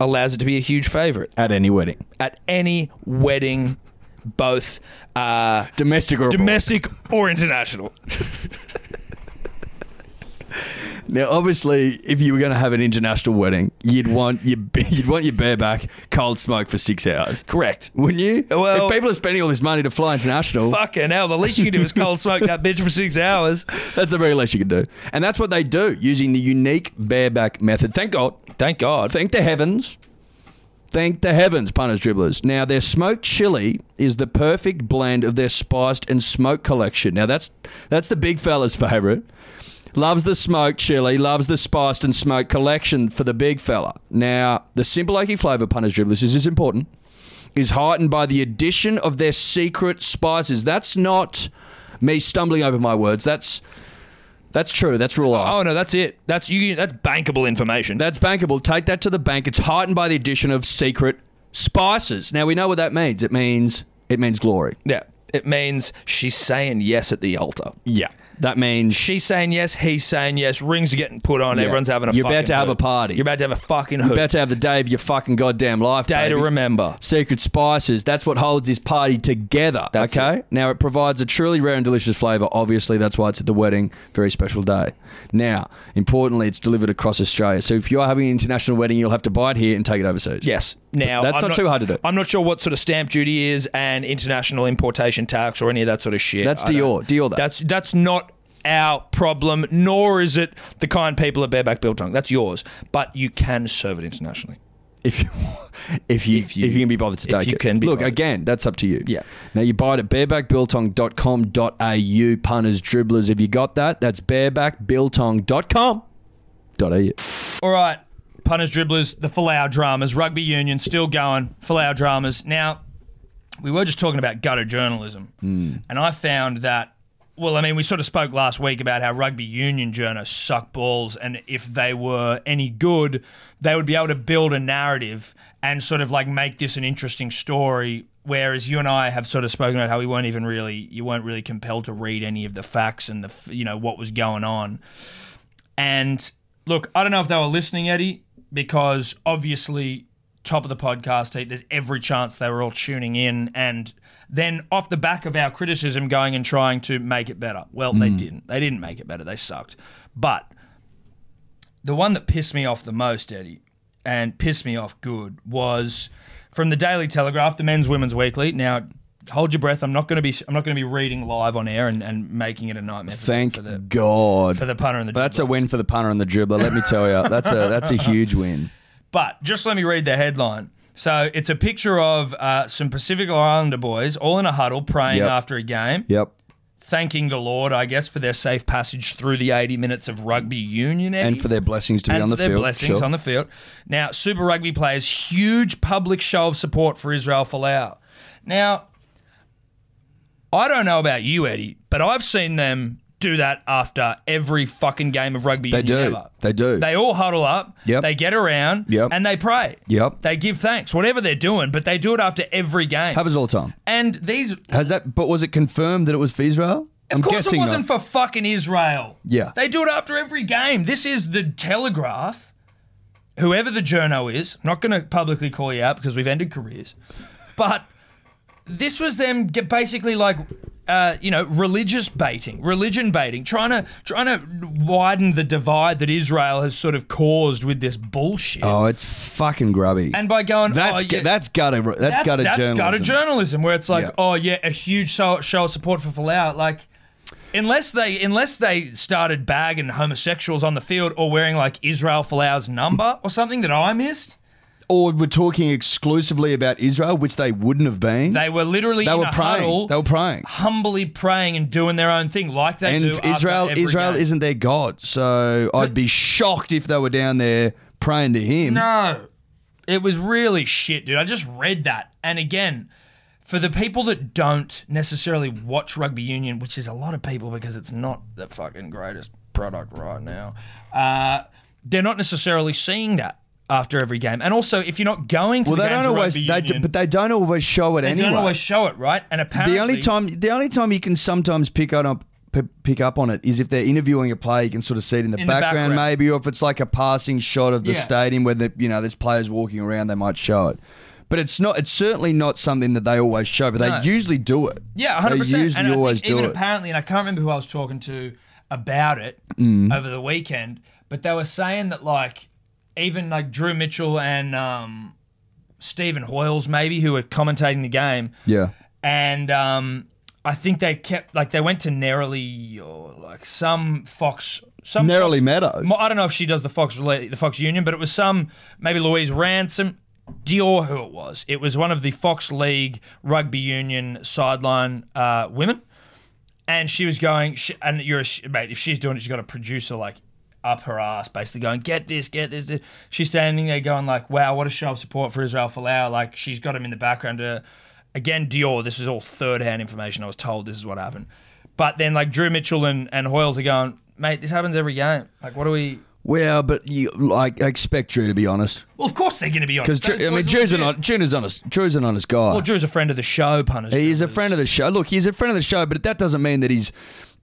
B: allows it to be a huge favorite
C: At any wedding,
B: at any wedding, both uh,
C: domestic or
B: domestic or international.
C: Now, obviously, if you were going to have an international wedding, you'd want your you'd want your bareback cold smoke for six hours. Correct, wouldn't you?
B: Well-
C: if people are spending all this money to fly international,
B: Fucking hell, the least you can do is cold smoke that bitch for six hours.
C: that's the very least you could do. And that's what they do using the unique bareback method. Thank God.
B: Thank God.
C: Thank the heavens. Thank the heavens, punters dribblers. Now, their smoked chili is the perfect blend of their spiced and smoke collection. Now, that's that's the big fella's favorite. Loves the smoked chili, loves the spiced and smoke collection for the big fella. Now, the simple oaky flavor, punters dribblers, this is important, is heightened by the addition of their secret spices. That's not me stumbling over my words. That's that's true. That's real life.
B: Oh no, that's it. That's you. That's bankable information.
C: That's bankable. Take that to the bank. It's heightened by the addition of secret spices. Now we know what that means. It means it means glory.
B: yeah, it means she's saying yes at the altar.
C: Yeah. That means
B: She's saying yes. He's saying yes. Rings are getting put on.
C: Yeah.
B: Everyone's having a.
C: You're about
B: fucking
C: to have a
B: hoot.
C: party.
B: You're about to have a fucking hoot.
C: you're about to have the day of your fucking goddamn life.
B: Day to
C: baby.
B: remember.
C: Secret spices. That's what holds this party together.
B: That's
C: okay.
B: it.
C: Now it provides a truly rare and delicious flavour. Obviously, that's why it's at the wedding. Very special day. Now, importantly, it's delivered across Australia. So if you are having an international wedding, you'll have to buy it here and take it overseas.
B: Yes. Now
C: that's
B: I'm
C: not too hard to do.
B: I'm not sure what sort of stamp duty is and international importation tax or any of that sort of shit.
C: That's
B: I don't-
C: Dior. Dior that.
B: That's that's not our problem, nor is it the kind people at Bareback Biltong. That's yours, but you can serve it internationally.
C: if you if you
B: If
C: if
B: you-
C: you, can be bothered to
B: if
C: take
B: you
C: it.
B: can be
C: Look
B: bothered.
C: again, that's up to you.
B: Yeah.
C: Now you buy it at barebackbiltong.com.au punters dribblers. If you got that, that's barebackbiltong.com.au.
B: All right, punters, dribblers, the Falau dramas, rugby union still going. Falau dramas. Now, we were just talking about gutter journalism, and I found that. Well, I mean, we sort of spoke last week about how rugby union journos suck balls, and if they were any good, they would be able to build a narrative and sort of like make this an interesting story. Whereas you and I have sort of spoken about how we weren't even really, you weren't really compelled to read any of the facts and the, f- you know, what was going on. And look, I don't know if they were listening, Eddie, because obviously, top of the podcast heat, there's every chance they were all tuning in. And then off the back of our criticism, going and trying to make it better. Well,
C: Mm.
B: they didn't. They didn't make it better. They sucked. But the one that pissed me off the most, Eddie, and pissed me off good, was from the Daily Telegraph, the Men's Women's Weekly. Now, hold your breath. I'm not going to be. I'm not going to be reading live on air and, and making it a nightmare. For,
C: Thank
B: for the
C: God.
B: for the punter and the
C: that's a win for the punter and the dribbler. Let me tell you, that's a that's a huge win.
B: But just let me read the headline. So it's a picture of uh, some Pacific Islander boys all in a huddle praying
C: Yep.
B: after a game,
C: Yep.
B: thanking the Lord, I guess, for their safe passage through the 80 minutes of rugby union. Eddie,
C: And for their blessings to be
B: and
C: on
B: for
C: the
B: their
C: field.
B: blessings
C: Sure.
B: on the field. Now, Super Rugby players, huge public show of support for Israel Folau. Now, I don't know about you, Eddie, but I've seen them do that after every fucking game of rugby
C: they
B: union
C: do.
B: ever.
C: They do.
B: They all huddle up.
C: Yep.
B: They get around.
C: Yep.
B: And they pray.
C: Yep.
B: They give thanks, whatever they're doing, but they do it after every game.
C: Happens all the time.
B: and these, of
C: Has that? But was it confirmed that it was for Israel? I'm
B: course, it
C: guessing
B: wasn't
C: not.
B: for fucking Israel.
C: Yeah.
B: They do it after every game. This is the Telegraph. Whoever the journo is, I'm not going to publicly call you out because we've ended careers, but this was them get basically like. Uh, you know, religious baiting, religion baiting, trying to trying to widen the divide that Israel has sort of caused with this bullshit.
C: Oh, it's fucking grubby.
B: And by going,
C: that's
B: oh,
C: gu-
B: yeah,
C: that's gutter. That's,
B: that's,
C: gutter
B: that's
C: journalism.
B: gutter journalism, where it's like,
C: Yeah.
B: oh yeah, a huge show, show of support for Falau. Like, unless they unless they started bagging homosexuals on the field or wearing like Israel Falau's number or something that I missed,
C: or we're talking exclusively about Israel, which they wouldn't have been.
B: they were literally
C: They
B: in
C: were
B: a
C: praying.
B: huddle,
C: They were praying.
B: humbly praying and doing their own thing, like they
C: and
B: do. after
C: Israel,
B: every
C: Israel
B: game.
C: isn't their god, so I'd be shocked if they were down there praying to him.
B: No. It was really shit, dude. I just read that. And again, for the people that don't necessarily watch rugby union, which is a lot of people because it's not the fucking greatest product right now, uh, they're not necessarily seeing that after every game. And also, if you're not going to
C: well,
B: the
C: they
B: games
C: don't
B: of
C: always,
B: rugby
C: they do,
B: union,
C: but they don't always show it
B: they
C: anyway.
B: don't always show it, right? And apparently,
C: the only time, the only time you can sometimes pick on up. p- Pick up on it is if they're interviewing a player, you can sort of see it in the,
B: In the
C: background,
B: background.
C: maybe, or if it's like a passing shot of the
B: Yeah.
C: stadium where the you know there's players walking around, they might show it. But it's not, it's certainly not something that they always show, but
B: No.
C: they usually do it.
B: Yeah, hundred
C: They
B: percent.
C: usually
B: And I
C: always
B: think even
C: do it.
B: apparently, and I can't remember who I was talking to. about it
C: Mm.
B: over the weekend, but they were saying that like even like Drew Mitchell and um, Stephen Hoyles maybe who were commentating the game,
C: Yeah.
B: and um, I think they kept like they went to Nerily or like some Fox some
C: Nerily
B: Fox-
C: Meadows.
B: Mo- I don't know if she does the Fox rela- the Fox Union, but it was some maybe Louise Ransom. Dior, who it was, it was one of the Fox League rugby union sideline uh, women, and she was going. She, and you're a, sh- mate. If she's doing it, she's got a producer like up her ass, basically going, "Get this, get this." this." She's standing there going like, "Wow, what a show of support for Israel Folau!" Like she's got him in the background. To, again, Dior. This is all third-hand information. I was told this is what happened. But then like Drew Mitchell and and Hoyles are going, "Mate, this happens every game. Like, what do we?"
C: Well, but you, like, I expect Drew to be honest.
B: Well, of course they're going to be on.
C: Because, I mean, Drew's an, hon- Drew's, an honest, Drew's an honest guy.
B: Well, Drew's a friend of the show, punters.
C: He is a friend of the show. Look, he's a friend of the show, but that doesn't mean that he's,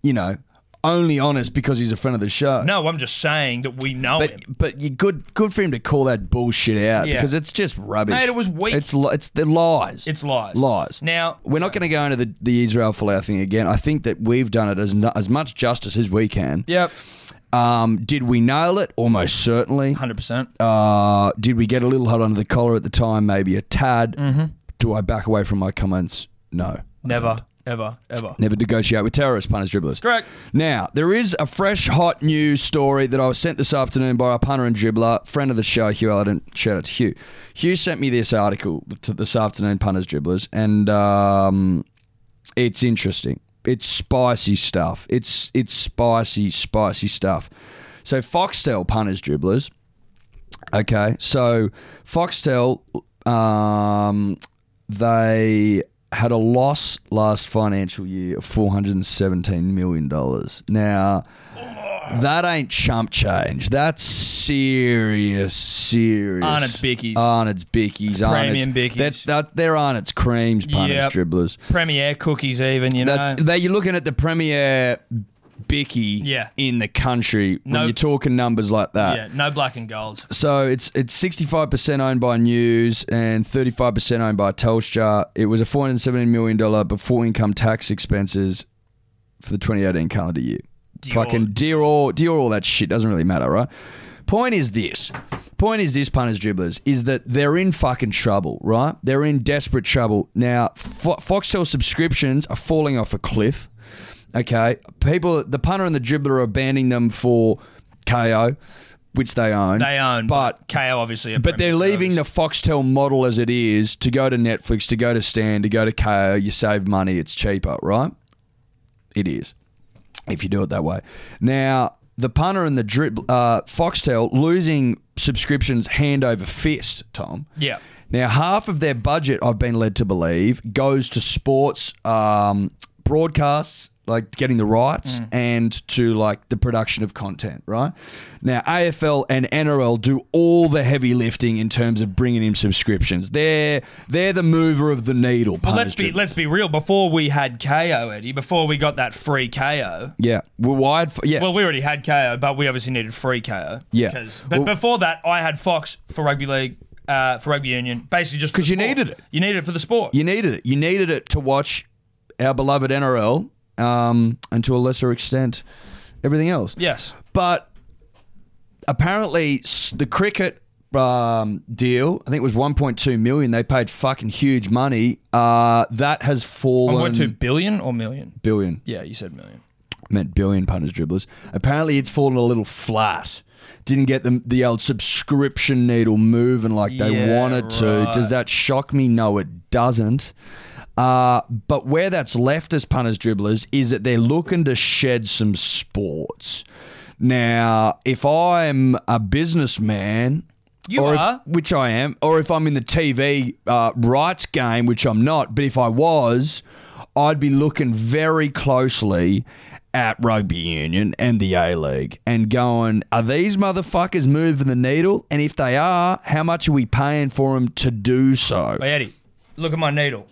C: you know, only honest because he's a friend of the show.
B: No, I'm just saying that we know him.
C: But but you good good for him to call that bullshit out
B: Yeah.
C: because it's just rubbish.
B: Mate, it was weak.
C: It's li- it's the lies.
B: It's lies.
C: lies.
B: Now,
C: We're not going to go into the, the Israel Folau thing again. I think that we've done it as nu- as much justice as we can.
B: yep,
C: Um, did we nail it? Almost certainly.
B: hundred percent.
C: Uh, did we get a little hot under the collar at the time? Maybe a tad.
B: Mm-hmm.
C: Do I back away from my comments? No.
B: Never, ever, ever.
C: Never negotiate with terrorist punters, dribblers.
B: Correct.
C: Now, there is a fresh, hot news story that I was sent this afternoon by a punter and dribbler, friend of the show, Hugh Allen. Shout out to Hugh. Hugh sent me this article to this afternoon, punters, dribblers, and um, it's interesting. It's spicy stuff. It's it's spicy, spicy stuff. So Foxtel punters, dribblers. Okay, so Foxtel, um, they had a loss last financial year of four hundred and seventeen million dollars. Now, that ain't chump change. That's serious, serious.
B: Arnott's Bickies.
C: Arnott's Bickies.
B: premium
C: Arnott's-
B: Bickies.
C: That, that, they're Arnott's creams, punters,
B: Yep.
C: dribblers.
B: Premier cookies, even you know.
C: That's that you're looking at the premier Bicky
B: Yeah.
C: in the country
B: No-
C: when you're talking numbers like that.
B: yeah, no black and gold.
C: So it's it's sixty five percent owned by News and thirty five percent owned by Telstra. It was a four hundred seventeen million dollar before income tax expenses for the twenty eighteen calendar year.
B: Dior.
C: Fucking dear all dear all that shit doesn't really matter, right? Point is this. Point is this, punters, dribblers, is that they're in fucking trouble, right? They're in desperate trouble. Now, Fo- Foxtel subscriptions are falling off a cliff. Okay, people, the punter and the dribbler are abandoning them for KO, which they own.
B: They own,
C: but
B: KO obviously. a
C: but they're
B: premium
C: leaving
B: service.
C: the Foxtel model as it is to go to Netflix, to go to Stan, to go to KO. You save money, it's cheaper, right? It is, if you do it that way. Now, the punter and the drip, uh, Foxtel losing subscriptions hand over fist, Tom.
B: Yeah.
C: Now, half of their budget, I've been led to believe, goes to sports um, broadcasts, like getting the rights,
B: Mm.
C: and to like the production of content, right? Now, AFL and NRL do all the heavy lifting in terms of bringing in subscriptions. They're they're the mover of the needle.
B: Well, let's be
C: punters.
B: let's be real. Before we had KO, Eddie. Before we got that free KO.
C: yeah, we're wired for yeah.
B: Well, we already had KO, but we obviously needed free KO.
C: Yeah.
B: Because, but
C: Well-
B: before that, I had Fox for rugby league, uh, for rugby union, basically just
C: 'Cause you needed it.
B: You needed it for the sport.
C: you needed it. You needed it to watch our beloved NRL, um, and to a lesser extent, everything else.
B: yes.
C: But apparently, s- the cricket um, deal, I think it was 1.2 million. They paid fucking huge money. Uh, that has fallen.
B: 1.2 billion or million?
C: billion.
B: Yeah, you said million.
C: Meant billion punters dribblers. Apparently, it's fallen a little flat. Didn't get the the old subscription needle moving like they
B: Yeah,
C: wanted to.
B: right.
C: Does that shock me? No, it doesn't. Uh, but where that's left as punters dribblers is that they're looking to shed some sports. Now, if I'm a businessman,
B: You
C: or if-
B: are.
C: which I am, or if I'm in the TV uh, rights game, which I'm not, but if I was, I'd be looking very closely at rugby union and the A League and going, are these motherfuckers moving the needle? And if they are, how much are we paying for them to do so?
B: Hey, Eddie, look at my needle.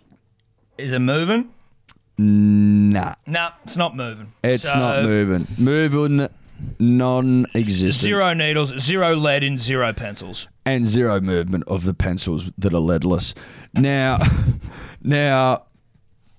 B: Is it moving?
C: Nah,
B: Nah, it's not moving.
C: it's
B: So,
C: not moving. Moving non-existent
B: Zero needles, zero lead in zero pencils.
C: and zero movement of the pencils that are leadless. Now, now,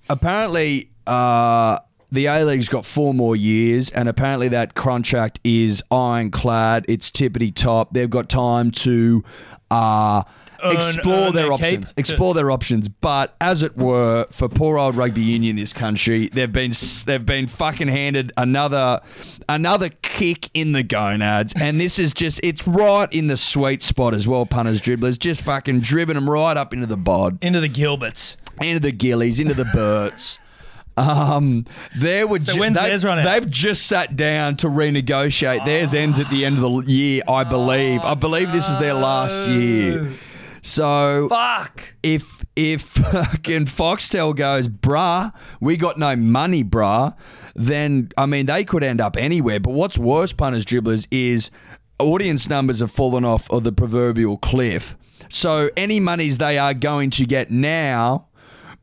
C: apparently, uh, the A League's got four more years, and apparently that contract is ironclad. It's tippity top. They've got time to uh,
B: Earn-
C: explore
B: earn
C: their
B: their
C: options.
B: keep.
C: Explore their options. But as it were, for poor old rugby union, in this country, they've been s- they've been fucking handed another another kick in the gonads, and this is just it's right in the sweet spot as well. Punters, dribblers, just fucking driven them right up into the bod
B: into the Gilberts.
C: into the Gillies, into the Burts. Um, there would
B: So when's
C: they,
B: theirs run out?
C: they've just sat down to renegotiate. Theirs ends at the end of the year, I believe. I believe this is their last
B: Oh.
C: year. So
B: Fuck.
C: if if fucking Foxtel goes, bruh, we got no money, bruh, then I mean they could end up anywhere. But what's worse, punters dribblers, is audience numbers have fallen off of the proverbial cliff. So any monies they are going to get now.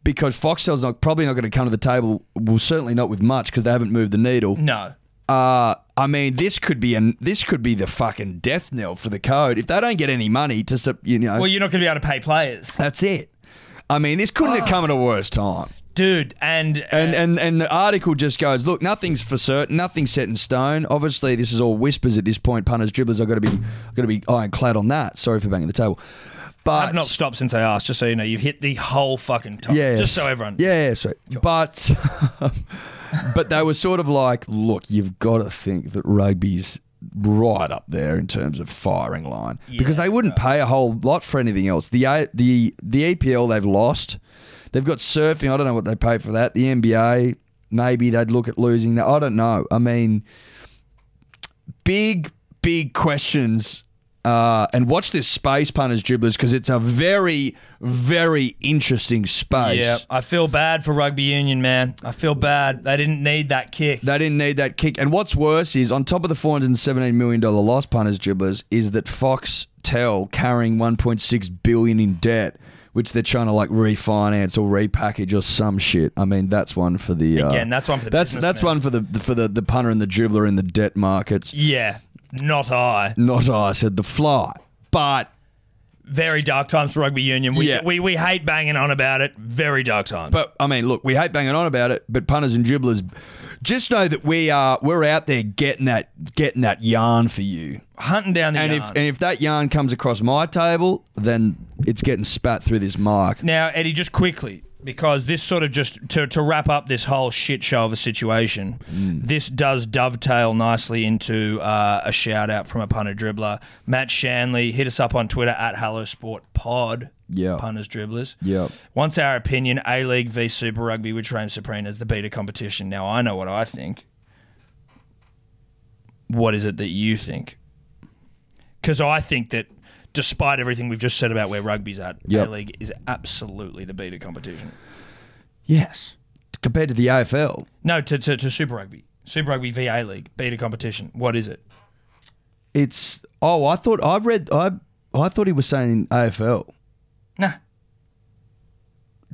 C: Because Foxtel's not probably not going to come to the table. Well, certainly not with much because they haven't moved the needle.
B: No.
C: Uh, I mean, this could be an this could be the fucking death knell for the code if they don't get any money to sup- you know.
B: Well, you're not going to be able to pay players,
C: That's it. I mean, this couldn't
B: Ah.
C: have come at a worse time.
B: dude. And uh,
C: And, and and the article just goes, look, nothing's for certain, nothing's set in stone. Obviously, this is all whispers at this point. Punters, dribblers, I've got to be, got to be ironclad on that. Sorry for banging the table, but
B: I've not stopped since I asked. Just so you know, you've hit the whole fucking top.
C: yeah,
B: Just so everyone.
C: yeah, yeah, sorry. But but they were sort of like, look, you've got to think that rugby's right up there in terms of firing line because they wouldn't pay a whole lot for anything else. The A- the the EPL they've lost. They've got surfing. I don't know what they pay for that. The NBA maybe they'd look at losing that. I don't know. I mean, big big questions. Uh, and watch this space punters dribblers because it's a very very interesting space.
B: Yeah, I feel bad for rugby union, man. I feel bad. They didn't need that kick.
C: They didn't need that kick. And what's worse is, on top of the four hundred and seventeen million dollar loss punters dribblers, is that Fox Tell carrying one point six billion in debt, which they're trying to like refinance or repackage or some shit. I mean, that's one for the uh,
B: Again, that's one for the
C: that's
B: businessman.
C: that's one for the for the, the punter and the dribbler in the debt markets.
B: Yeah, not I.
C: Not I said the fly, but
B: Very dark times for rugby union. We,
C: Yeah.
B: we we hate banging on about it. Very dark times.
C: But I mean, look, we hate banging on about it, but punters and dribblers, just know that we are we're out there getting that getting that yarn for you.
B: hunting down the
C: And if
B: yarn.
C: and if that yarn comes across my table, then it's getting spat through this mic.
B: Now, Eddie, just quickly, because this sort of just to, to wrap up this whole shit show of a situation, this does dovetail nicely into uh, a shout out from a punter dribbler, Matt Shanley. Hit us up on Twitter at Hello Sport Pod.
C: Yeah.
B: punters dribblers.
C: Yep.
B: Wants our opinion. A League v Super Rugby, which reigns supreme as the beta competition. Now I know what I think. What is it that you think? Because I think that despite everything we've just said about where rugby's at,
C: Yep.
B: A League is absolutely the beta competition.
C: Yes. Compared to the AFL,
B: No, to, to, to Super Rugby. Super Rugby v A League, beta competition. What is it?
C: it's oh, I thought I read I I thought he was saying AFL
B: Nah.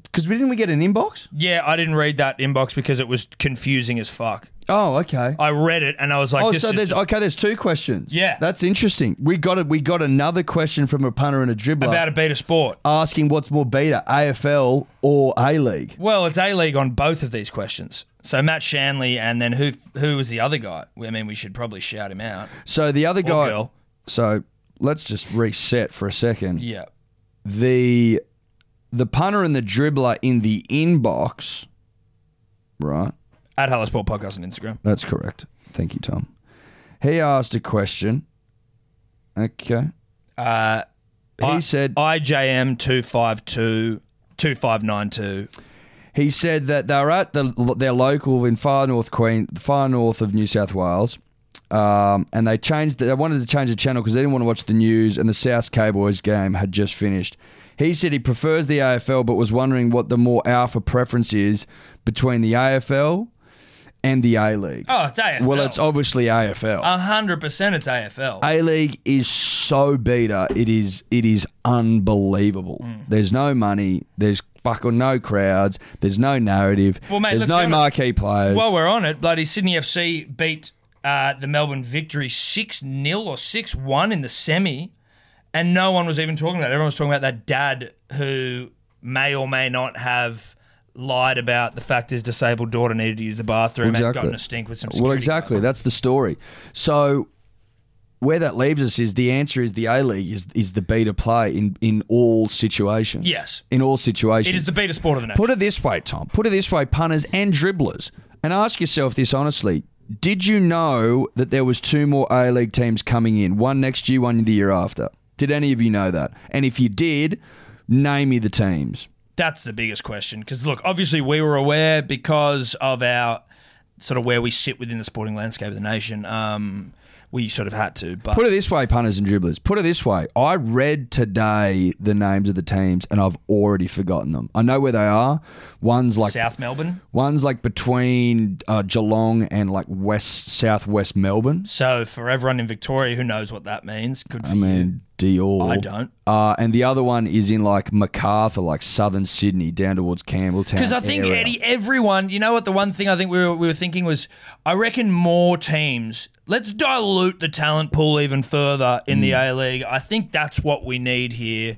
C: because didn't we get an inbox?
B: Yeah, I didn't read that inbox because it was confusing as fuck.
C: Oh, okay.
B: I read it and I was like,
C: oh,
B: this
C: so
B: is
C: there's okay. There's two questions.
B: Yeah.
C: that's interesting. We got it. We got another question from a punter and a dribbler
B: about a beta sport.
C: asking what's more beta, AFL or A League.
B: Well, it's A League on both of these questions. So Matt Shanley, and then who who was the other guy? I mean, we should probably shout him out.
C: So the other
B: Or
C: guy.
B: girl.
C: So let's just reset for a second.
B: Yeah.
C: the the punter and the dribbler in the inbox, right?
B: At Hello Sport Podcast on Instagram.
C: That's correct. Thank you, Tom. He asked a question. Okay.
B: Uh,
C: He said
B: IJM 252 2592.
C: he said that they were at the, their local in far north Queen, far north of New South Wales, um, and they changed. The, they wanted to change the channel because they didn't want to watch the news. And the South Cowboys game had just finished. He said he prefers the AFL, but was wondering what the more alpha preference is between the AFL and the A League.
B: Oh, it's AFL.
C: Well, it's obviously
B: Uh-huh.
C: AFL.
B: 100% it's AFL.
C: A League is so beta. It is it is unbelievable.
B: Mm.
C: There's no money. There's fucking no crowds. There's no narrative.
B: Well, mate,
C: there's
B: let's be
C: no
B: honest.
C: marquee players.
B: While we're on it, bloody Sydney FC beat uh, the Melbourne Victory 6 0 or 6 1 in the semi, and no one was even talking about it. Everyone was talking about that dad who may or may not have lied about the fact his disabled daughter needed to use the bathroom and
C: Exactly.
B: gotten a stink with some.
C: Well,
B: security
C: exactly. That's the story. So where that leaves us is the answer is the A League is is the B to play in in all situations.
B: Yes.
C: in all
B: guard.
C: situations.
B: It is the beta sport of the nation.
C: Put it this way, Tom. Put it this way, punters and dribblers, and ask yourself this honestly. Did you know that there was two more A League teams coming in, one next year, one the year after? Did any of you know that? And if you did, name me the teams.
B: That's the biggest question because look, obviously we were aware because of our sort of where we sit within the sporting landscape of the nation. Um, we sort of had to, but
C: Put it this way, punters and dribblers. Put it this way. I read today the names of the teams and I've already forgotten them. I know where they are. One's like
B: South Melbourne.
C: one's like between uh, Geelong and like west southwest Melbourne.
B: So for everyone in Victoria who knows what that means, good for
C: I mean Dior.
B: I don't.
C: Uh, and the other one is in like MacArthur, like southern Sydney, down towards Campbelltown.
B: Because I think
C: area.
B: Eddie, everyone, you know what? The one thing I think we were, we were thinking was, I reckon more teams. Let's dilute the talent pool even further in
C: Hmm.
B: the A League. I think that's what we need here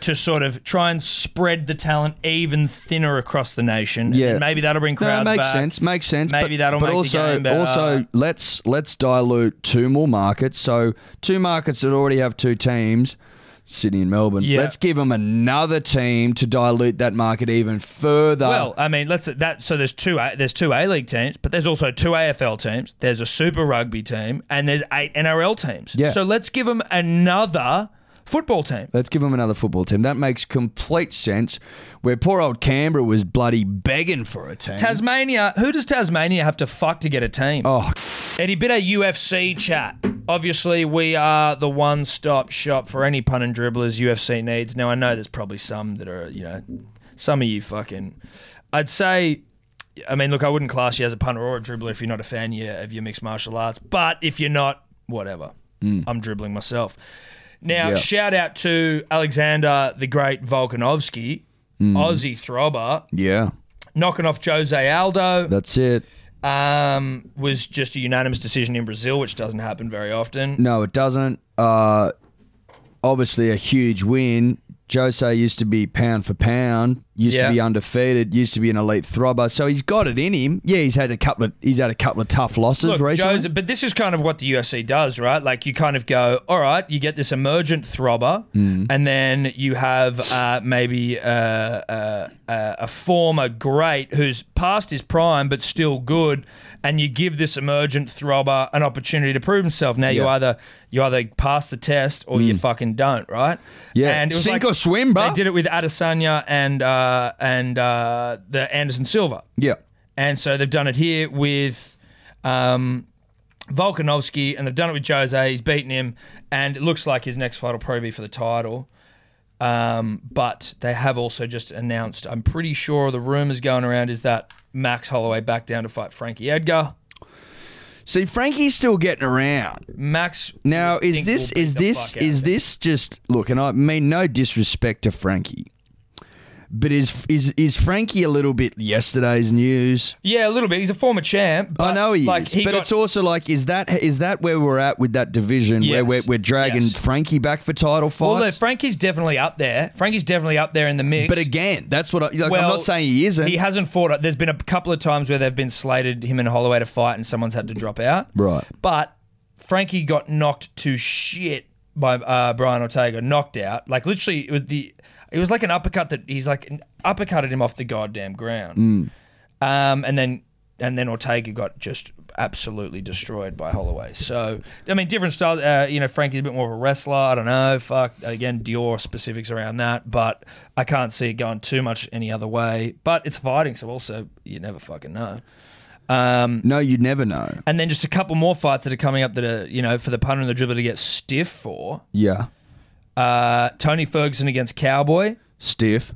B: to sort of try and spread the talent even thinner across the nation.
C: Yeah.
B: and then maybe that'll bring
C: No,
B: crowds
C: it makes
B: back.
C: sense. Makes sense.
B: Maybe
C: but,
B: that'll
C: but
B: make the
C: also,
B: game better.
C: Also, let's let's dilute two more markets. So two markets that already have two teams, Sydney and Melbourne.
B: Yeah.
C: Let's give them another team to dilute that market even further.
B: Well, I mean, let's that. So there's two A- there's two A League teams, but there's also two AFL teams. There's a Super Rugby team, and there's eight NRL teams.
C: Yeah.
B: So let's give them another football team.
C: Let's give them another football team. That makes complete sense. Where poor old Canberra was bloody begging for a team.
B: Tasmania. Who does Tasmania have to fuck to get a team?
C: oh,
B: Eddie, bit of UFC chat. Obviously, we are the one-stop shop for any pun and dribblers UFC needs. Now, I know there's probably some that are, you know, some of you fucking. I'd say, I mean, look, I wouldn't class you as a punter or a dribbler if you're not a fan yeah, of your mixed martial arts. But if you're not, whatever. I'm dribbling myself. Now,
C: Mm. Yeah.
B: shout out to Alexander the Great Volkanovski,
C: Mm.
B: Aussie throbber,
C: yeah.
B: knocking off Jose Aldo
C: That's it.
B: um, was just a unanimous decision in Brazil, which doesn't happen very often.
C: No, it doesn't. Uh, obviously, a huge win. Jose used to be pound for pound, used
B: Yeah.
C: to be undefeated, used to be an elite throbber. So he's got it in him. Yeah, he's had a couple of he's had a couple of tough losses
B: Look,
C: recently.
B: Jose, but this is kind of what the UFC does, right? Like you kind of go, all right, you get this emergent throbber,
C: Mm.
B: and then you have uh, maybe uh, uh, uh, a former great who's past his prime but still good, and you give this emergent throbber an opportunity to prove himself. Now you
C: Yeah. Mm.
B: either you either pass the test or you fucking don't, right?
C: Yeah. Sink or swim, bro.
B: They did it with Adesanya and uh, and uh, the Anderson Silva.
C: yeah,
B: And so they've done it here with um, Volkanovski, and they've done it with Jose. He's beaten him, and it looks like his next fight will probably be for the title. Um, but they have also just announced, I'm pretty sure the rumors going around is that Max Holloway back down to fight Frankie Edgar.
C: see, Frankie's still getting around.
B: Max
C: Now,
B: we
C: is
B: think
C: this
B: will beat
C: is
B: the
C: this
B: fuck out
C: is
B: of him.
C: this just look? And I mean no disrespect to Frankie, but is is is Frankie a little bit yesterday's news?
B: Yeah, a little bit. He's a former champ. But
C: I know he
B: like,
C: is,
B: He
C: but
B: got-
C: it's also like, is that is that where we're at with that division
B: Yes.
C: where we're, we're dragging
B: Yes.
C: Frankie back for title
B: well, look,
C: fights?
B: Frankie's definitely up there. Frankie's definitely up there in the mix.
C: but again, that's what I, like,
B: Well,
C: I'm not saying he isn't.
B: He hasn't fought. There's been a couple of times where they've been slated him and Holloway to fight, and someone's had to drop out.
C: Right.
B: But Frankie got knocked to shit by uh, Brian Ortega, knocked out. Like literally, it was the it was like an uppercut that he's like uppercutted him off the goddamn ground.
C: Mm.
B: Um, and then and then Ortega got just absolutely destroyed by Holloway. So I mean, different style. Uh, you know, Frankie's a bit more of a wrestler. I don't know. Fuck again, Dior specifics around that, but I can't see it going too much any other way. But it's fighting, so also you never fucking know. Um,
C: no, you'd never know.
B: and then just a couple more fights that are coming up that are you know for the punter and the dribbler to get stiff for.
C: Yeah,
B: Uh, Tony Ferguson against Cowboy.
C: stiff.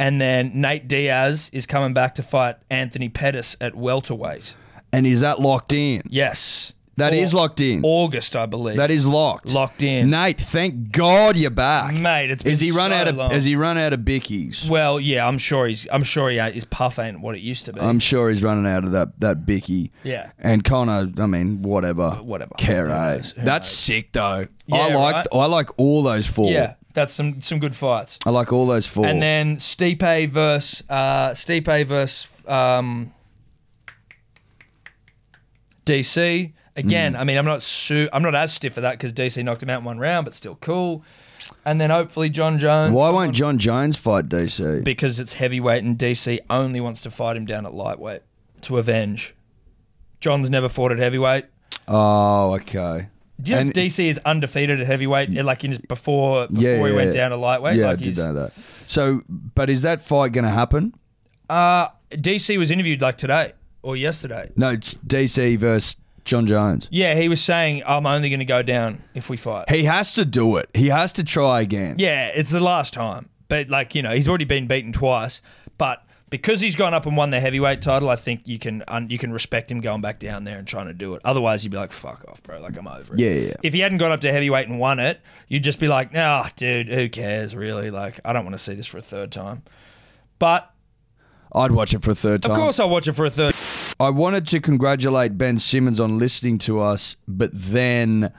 B: And then Nate Diaz is coming back to fight Anthony Pettis at welterweight.
C: And is that locked in?
B: Yes.
C: That
B: That is
C: is locked in.
B: August, I believe.
C: That is locked.
B: Locked in.
C: Nate. Thank God you're back,
B: Mate, it's
C: Has
B: been
C: he run
B: so
C: out of
B: long.
C: Has he run out of bickies?
B: well, yeah, I'm sure he's. I'm sure he ain't, his puff ain't what it used to be.
C: I'm sure he's running out of that that bicky.
B: Yeah. Uh,
C: And Connor, I mean, whatever,
B: Whatever. Who
C: Care.
B: knows?
C: That's
B: Who knows?
C: sick though.
B: Yeah,
C: I liked
B: right?
C: I like all those four.
B: yeah, That's some some good fights.
C: I like all those four.
B: And then Stipe versus uh, Stipe versus um, DC again.
C: Hmm.
B: I mean, I'm not su- I'm not as stiff for that because DC knocked him out in one round, but still cool. And then hopefully John Jones.
C: Why won't John Jones fight DC?
B: Because it's heavyweight and DC only wants to fight him down at lightweight to avenge. John's never fought at heavyweight.
C: oh, okay.
B: Do you know
C: And-
B: DC is undefeated at heavyweight? Like in his, before before
C: Yeah,
B: he
C: yeah,
B: went
C: yeah.
B: down to lightweight.
C: yeah, I
B: like
C: did
B: he's-
C: know that. So, but is that fight going to happen?
B: Uh, DC was interviewed like today or yesterday.
C: No, it's DC versus John Jones.
B: Yeah, he was saying, I'm only going to go down if we fight.
C: He has to do it. He has to try again.
B: yeah, it's the last time. But, like, you know, he's already been beaten twice. But because he's gone up and won the heavyweight title, I think you can un- you can respect him going back down there and trying to do it. Otherwise, you'd be like, fuck off, bro. Like, I'm over it.
C: Yeah, yeah, yeah.
B: If he hadn't gone up to heavyweight and won it, you'd just be like, nah, dude, who cares, really? Like, I don't want to see this for a third time. But,
C: I'd watch it for a third time.
B: of course, I'll watch it for a third
C: I wanted to congratulate Ben Simmons on listening to us, but then,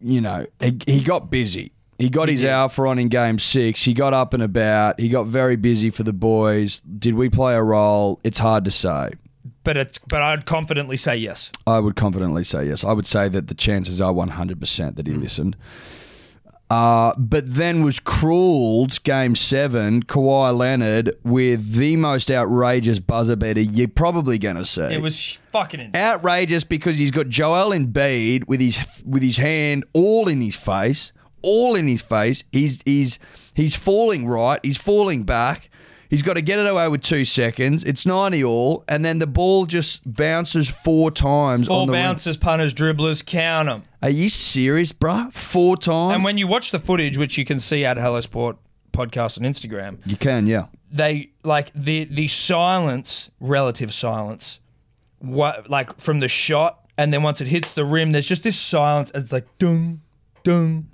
C: you know, he, he got busy. He got his alpha on in game six. He got up and about. He got very busy for the boys. Did we play a role? It's hard to say.
B: But, it's, but I'd confidently say yes.
C: I would confidently say yes. I would say that the chances are 100% that he listened. Uh, but then was crueled game seven, Kawhi Leonard, with the most outrageous buzzer beater you're probably going to see
B: It was fucking insane.
C: outrageous because he's got Joel Embiid with his with his hand all in his face, all in his face. He's he's he's falling right. He's falling back. He's got to get it away with two seconds. It's ninety all, and then the ball just bounces four times.
B: Four
C: on the rim.
B: bounces, punters, dribblers, count them.
C: Are you serious, bruh? Four times.
B: And when you watch the footage, which you can see at Hello Sport podcast on Instagram,
C: you can, yeah.
B: they like the the silence, relative silence, what like from the shot, and then once it hits the rim, there's just this silence. It's like dung, dung,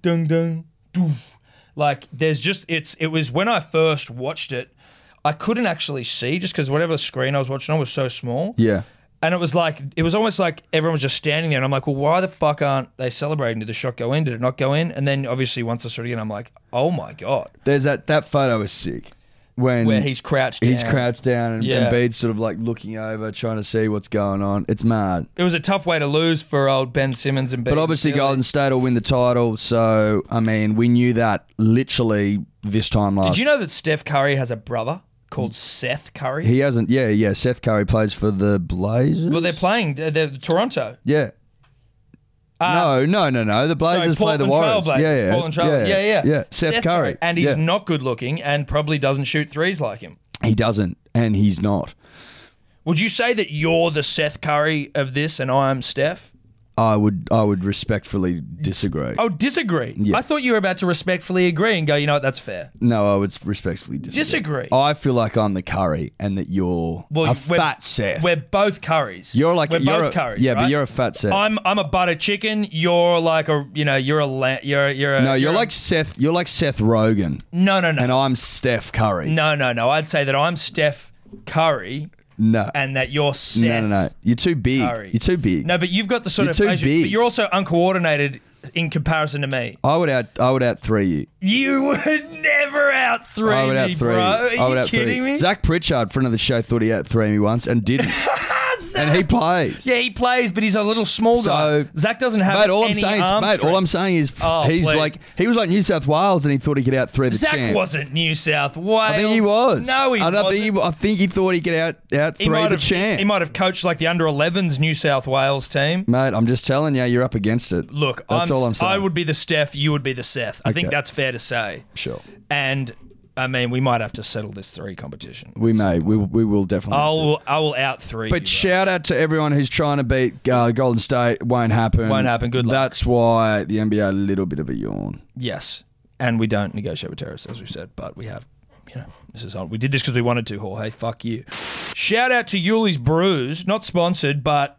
B: dung, dung, doof. Like there's just it's it was when I first watched it, I couldn't actually see just because whatever screen I was watching on was so small.
C: Yeah.
B: And it was like it was almost like everyone was just standing there, and I'm like, well, why the fuck aren't they celebrating? Did the shot go in? Did it not go in? And then obviously once I saw it again, I'm like, oh my god,
C: There's that that photo is sick. When
B: where he's crouched.
C: he's
B: down.
C: crouched down and
B: Yeah.
C: Embiid's sort of like looking over, trying to see what's going on. It's mad.
B: It was a tough way to lose for old Ben Simmons and.
C: But obviously, Golden State will win the title. So, I mean, we knew that literally this time last.
B: Did you know that Steph Curry has a brother called Seth Curry?
C: He hasn't. Yeah, yeah. Seth Curry plays for the Blazers.
B: well, they're playing. They're, they're Toronto.
C: yeah. no, no, no, no. The Blazers play the Warriors.
B: uh, Portland Trailblazers.
C: yeah, yeah,
B: Portland Trailblazers. Yeah, yeah.
C: yeah. Seth, Curry,
B: and he's
C: Yeah.
B: not good looking, and probably doesn't shoot threes like him.
C: He doesn't, and he's not.
B: Would you say that you're the Seth Curry of this, and I'm Steph?
C: I would, I would respectfully disagree.
B: Oh, disagree. I thought you were about to respectfully agree and go, you know what, that's fair.
C: No, I would respectfully disagree.
B: Disagree.
C: I feel like I'm the Curry, and that you're
B: Well,
C: a
B: we're-
C: fat Seth.
B: We're both curries.
C: you're like
B: we're
C: you're
B: both
C: a,
B: curries.
C: Yeah,
B: right?
C: but you're a fat Seth.
B: I'm I'm a butter chicken. You're like a you know you're a la- you're you're a,
C: no, you're
B: a-
C: like Seth. You're like Seth Rogen.
B: no no no
C: and I'm Steph Curry.
B: no no no. I'd say that I'm Steph Curry
C: no,
B: and that you're Seth.
C: no, no, no. You're too big.
B: Curry.
C: You're too big.
B: No, but you've got the sort
C: You're
B: of
C: too
B: facial-
C: big. Oh.
B: But you're also uncoordinated in comparison to me.
C: I would out. I would out three you.
B: You would never out three
C: I would out
B: me,
C: three.
B: bro. Are
C: I would
B: you
C: out three.
B: kidding me?
C: Zach Pritchard, friend of the show, thought he out three me once and didn't, and he played.
B: Yeah, he plays, but he's a little small
C: So-
B: guy. Zach doesn't have
C: Mate, all I'm
B: any
C: saying is,
B: arm
C: mate, all
B: strength.
C: I'm saying is,
B: Oh,
C: he's
B: please.
C: like he was like New South Wales, and he thought he could out three the
B: Zach
C: champ.
B: wasn't New South Wales.
C: I think he was.
B: No, he
C: I don't
B: wasn't.
C: Think he, I think he thought he could out out
B: He
C: three
B: might
C: the
B: have,
C: champ.
B: He might have coached like the under 11s New South Wales team.
C: mate, I'm just telling you, you're up against it.
B: Look,
C: Mm, that's
B: I'm,
C: all I'm
B: st-
C: saying.
B: I would be the Steph, you would be the Seth. I think
C: Okay.
B: that's fair to say.
C: sure.
B: And I mean, we might have to settle this three competition.
C: We may. We, we will definitely. have to.
B: I'll I will out three.
C: But
B: you,
C: shout out to everyone who's trying to beat uh, Golden State. Won't happen.
B: Won't happen. Good luck.
C: That's why the NBA a little bit of a yawn.
B: bro. yes, and we don't negotiate with terrorists, as we said, but we have. You know, this is on. We did this because we wanted to. Jorge, fuck you. Shout out to Yuli's Brews, not sponsored, but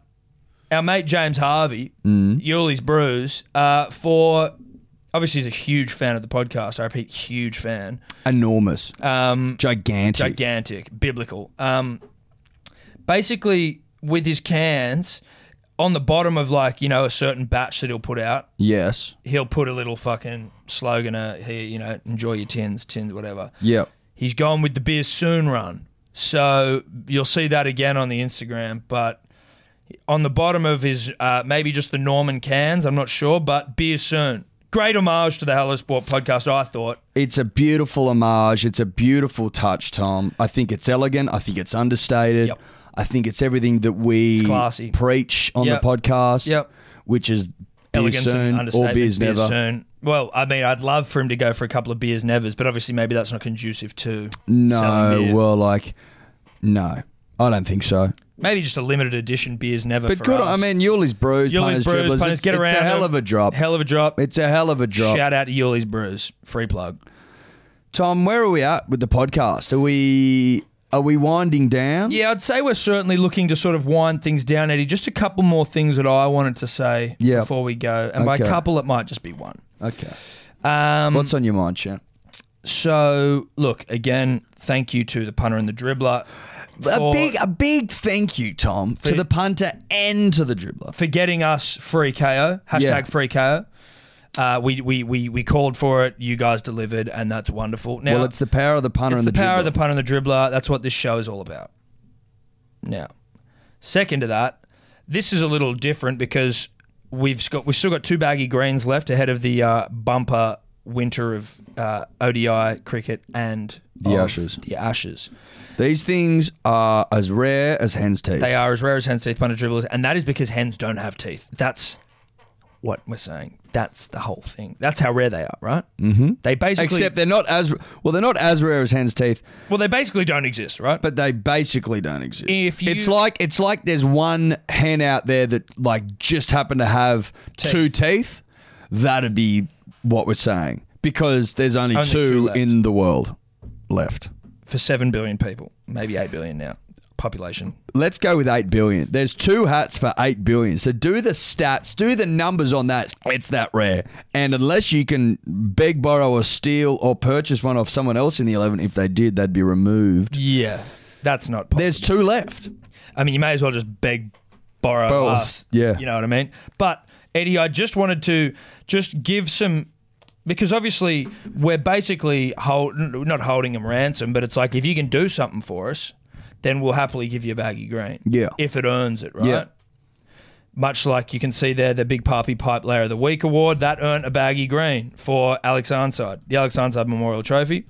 B: our mate James Harvey, Yuli's Brews, uh, for obviously he's a huge fan of the podcast. I repeat, huge fan.
C: Enormous,
B: Um,
C: gigantic.
B: gigantic, biblical. Um, basically, with his cans, on the bottom of like you know a certain batch that he'll put out,
C: Yes.
B: he'll put a little fucking slogan uh, here, you know, enjoy your tins, tins, whatever.
C: Yep.
B: He's gone with the beers soon run. So you'll see that again on the Instagram. But on the bottom of his, uh, maybe just the Norman cans, I'm not sure, but beer soon. Great homage to the Hello Sport podcast, I thought.
C: It's a beautiful homage. It's a beautiful touch, Tom. I think it's elegant. I think it's understated.
B: Yep.
C: I think it's everything that we
B: classy.
C: preach on
B: Yep.
C: the podcast.
B: Yep.
C: Which is beer
B: Elegance and
C: soon or
B: understatement.
C: beers
B: beer
C: never.
B: soon. Well, I mean, I'd love for him to go for a couple of beers nevers, but obviously maybe that's not conducive to
C: No,
B: selling beer.
C: well, like, no, I don't think so.
B: maybe just a limited edition beers never.
C: But
B: for
C: good, I
B: us.
C: mean, Yuli's brews,
B: Yuli's
C: punters,
B: Brews,
C: dribblers.
B: punters,
C: it's,
B: get
C: it's
B: around.
C: a hell
B: them.
C: of a drop.
B: Hell of a drop.
C: It's a hell of a drop.
B: Shout out to Yuli's Brews. Free plug.
C: Tom, where are we at with the podcast? Are we are we winding down?
B: Yeah, I'd say we're certainly looking to sort of wind things down, Eddie. Just a couple more things that I wanted to say
C: Yeah.
B: before we go. And by
C: Okay.
B: a couple, it might just be one.
C: Okay.
B: Um,
C: What's on your mind, Chan?
B: so, look, again, thank you to the punter and the dribbler
C: A
B: for,
C: big a big thank you, Tom, to
B: For-
C: the punter and to the dribbler.
B: for getting us free KO. Hashtag
C: Yeah.
B: free KO. Uh, we, we, we, we called for it. You guys delivered, and that's wonderful. Now,
C: well, it's the power of the punter
B: It's
C: and
B: the,
C: the,
B: power of
C: dribbler.
B: the punter and the dribbler. That's what this show is all about. Now, second to that, this is a little different because we've got we've still got two baggy greens left ahead of the uh, bumper winter of uh, ODI cricket and
C: The
B: of
C: Ashes.
B: The Ashes.
C: These things are as rare as hen's teeth.
B: They are as rare as hens teeth punter dribblers, and that is because hens don't have teeth. That's what we're saying. That's the whole thing. That's how rare they are, right? Mm-hmm. They basically
C: Except they're not as well. They're not as rare as hen's teeth,
B: well, they basically don't exist, right?
C: but they basically don't exist.
B: If you-
C: it's like it's like there's one hen out there that like just happened to have two teeth. That'd be what we're saying because there's only,
B: Only two
C: two
B: left.
C: in the world left.
B: for seven billion people, maybe eight billion now population.
C: Let's go with 8 billion. There's two hats for 8 billion. So do the stats, do the numbers on that. It's that rare. And unless you can beg, borrow, or steal, or purchase one off someone else in the 11, if they did, they'd be removed.
B: Yeah, that's not possible.
C: There's two left.
B: I mean, you may as well just beg, borrow,
C: Borrow,
B: ask,
C: yeah.
B: you know what I mean. But Eddie, I just wanted to just give some because obviously we're basically hold, not holding them ransom, but it's like if you can do something for us, then we'll happily give you a baggy green.
C: Yeah.
B: if it earns it, right?
C: Yeah.
B: Much like you can see there, the Big Papi Pipe Layer of the Week award that earned a baggy green for Alex Arnside, the Alex Arnside Memorial Trophy.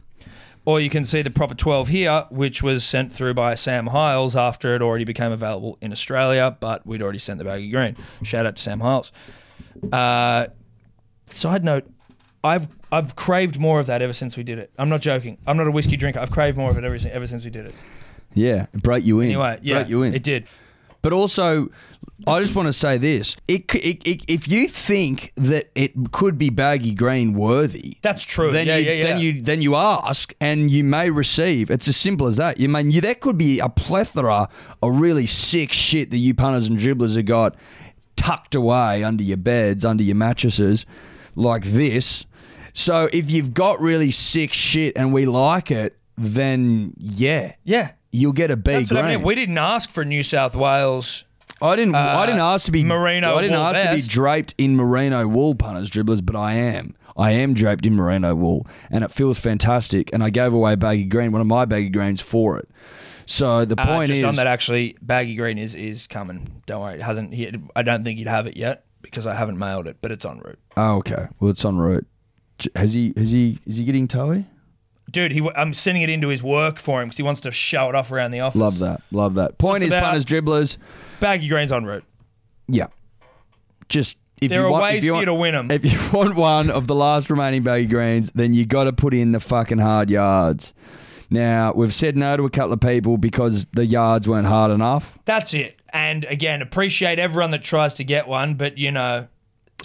B: Or you can see the proper 12 here, which was sent through by Sam Hiles after it already became available in Australia, but we'd already sent the baggy green. Shout out to Sam Hiles. Uh, side note, I've I've craved more of that ever since we did it. I'm not joking. I'm not a whiskey drinker. I've craved more of it ever, sin- ever since we did it.
C: Yeah, it broke you in.
B: Anyway, yeah,
C: Broke you in.
B: it did.
C: But also, I just want to say this. It, c- it, it, if you think that it could be baggy green worthy,
B: That's true.
C: then
B: yeah,
C: you
B: yeah, yeah.
C: then you then you ask and you may receive. It's as simple as that. You mean you, there could be a plethora of really sick shit that you punters and dribblers have got tucked away under your beds, under your mattresses, like this. So if you've got really sick shit and we like it, then yeah,
B: yeah.
C: you'll get a B
B: That's what I mean.
C: grade.
B: We didn't ask for New South Wales.
C: I didn't. I didn't ask to be
B: merino
C: I didn't
B: wool
C: ask to
B: Uh, vest.
C: be draped in merino wool, punters, dribblers, but I am. I am draped in merino wool, and it feels fantastic. And I gave away baggy green, one of my baggy greens, for it. So the
B: Uh,
C: point
B: just
C: is,
B: on that, actually, baggy green is is coming. Don't worry, it hasn't. He, I don't think he'd have it yet because I haven't mailed it, but it's en route.
C: oh, okay. Well, it's en route. J- Has he? Has he? Is he getting toey?
B: Dude, he, I'm sending it into his work for him because he wants to show it off around the office.
C: Love that. Love that. Point
B: It's
C: is,
B: about-
C: punters, dribblers.
B: Baggy green's en route.
C: Yeah. Just if
B: There
C: you
B: are
C: want,
B: ways
C: if you
B: for you
C: want,
B: to win 'em.
C: If you want one of the last remaining baggy greens, then you got to put in the fucking hard yards. Now we've said no to a couple of people because the yards weren't hard enough.
B: That's it. And again, appreciate everyone that tries to get one, but you know,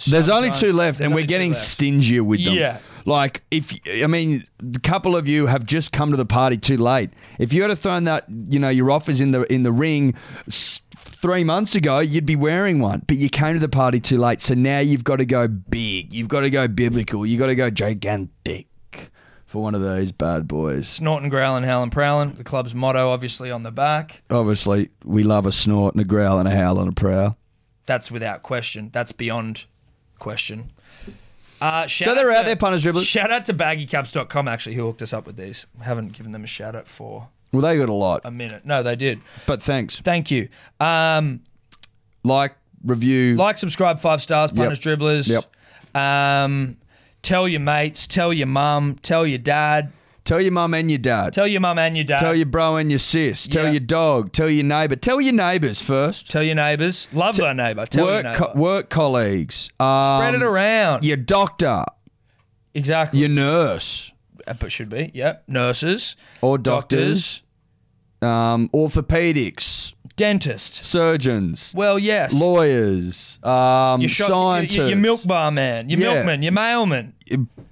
C: There's only
B: sometimes-
C: two left,
B: there's
C: and we're
B: only two
C: getting
B: left.
C: stingier with them.
B: Yeah.
C: Like if I mean, a couple of you have just come to the party too late. If you had have thrown that, you know, your offers in the in the ring. s Three months ago, you'd be wearing one, but you came to the party too late. So now you've got to go big. You've got to go biblical. You've got to go gigantic for one of those bad boys.
B: snorting, growling, howling, prowling. The club's motto, obviously, on the back.
C: Obviously, we love a snort and a growl and a howl and a prowl.
B: That's without question. That's beyond question. Uh, shout
C: So they're out
B: to-
C: there, punters, dribblers.
B: Shout out to baggycaps.com, actually, who hooked us up with these. haven't given them a shout out for
C: Well, they got a lot,
B: a minute. No, they did.
C: but thanks.
B: Thank you. Um,
C: Like, review.
B: like, subscribe, five stars, punters, dribblers. Yep. Um, tell your mates, tell your mum, tell your dad,
C: Tell your mum and your dad. Tell,
B: tell your mum and your dad,
C: your bro and your sis. Tell
B: Uh, Yeah.
C: your dog. Tell your neighbour. Tell your neighbours first.
B: tell your neighbours, love their neighbour, tell your
C: work,
B: neighbour,
C: co- work colleagues. Um,
B: spread it around.
C: Your doctor.
B: exactly.
C: Your nurse.
B: Uh, but should be, yeah. Nurses,
C: Or doctors. Um, orthopedics.
B: dentists.
C: Surgeons.
B: Well, yes.
C: Lawyers. Um,
B: your, shop- your-
C: scientists.
B: your, your milk bar man, your
C: Yeah.
B: milkman, your mailman,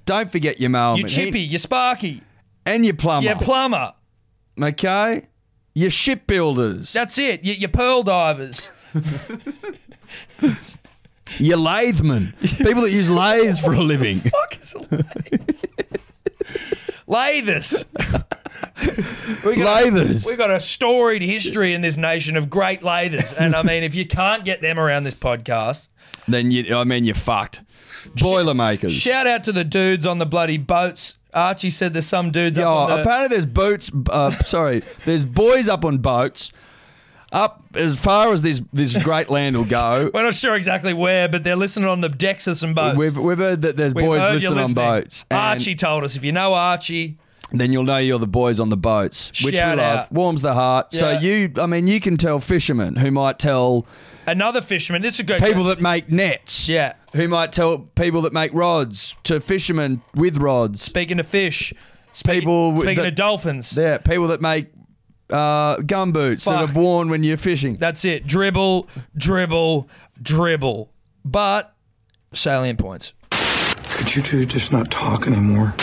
C: Don't forget your mailman.
B: your chippy, your sparky,
C: And your plumber.
B: your plumber.
C: okay? Your shipbuilders.
B: That's it. Your, your pearl divers.
C: Your lathemen. People that use lathes for a living.
B: Fuck is a lathe? Lathers. we got,
C: Lathers.
B: we got a storied history in this nation of great lathers, and I mean, if you can't get them around this podcast,
C: Then you, I mean, you're fucked. Boilermakers.
B: shout out to the dudes on the bloody boats. Archie said there's some dudes
C: Yeah,
B: up on the,
C: apparently there's boats. Uh, sorry, there's boys up on boats, up as far as this this great land will go.
B: We're not sure exactly where, but they're listening on the decks of some boats.
C: We've, we've heard that there's
B: uh, We've
C: boys
B: heard you're Ah,
C: listed on boats. and
B: Archie told us if you know Archie,
C: Then you'll know you're the boys on the boats, which
B: Shout
C: we love.
B: out.
C: Warms the heart. So
B: Yeah.
C: you, I mean, you can tell fishermen who might tell
B: another fisherman. This is a good
C: people that make nets.
B: Yeah.
C: Who might tell people that make rods to fishermen with rods.
B: Speaking to fish,
C: People with-
B: speaking
C: that-
B: to dolphins.
C: Yeah, people that make uh, gum boots that
B: Fuck.
C: are worn when you're fishing.
B: That's it. Dribble, dribble, dribble. But salient points.
D: Could you two just not talk anymore?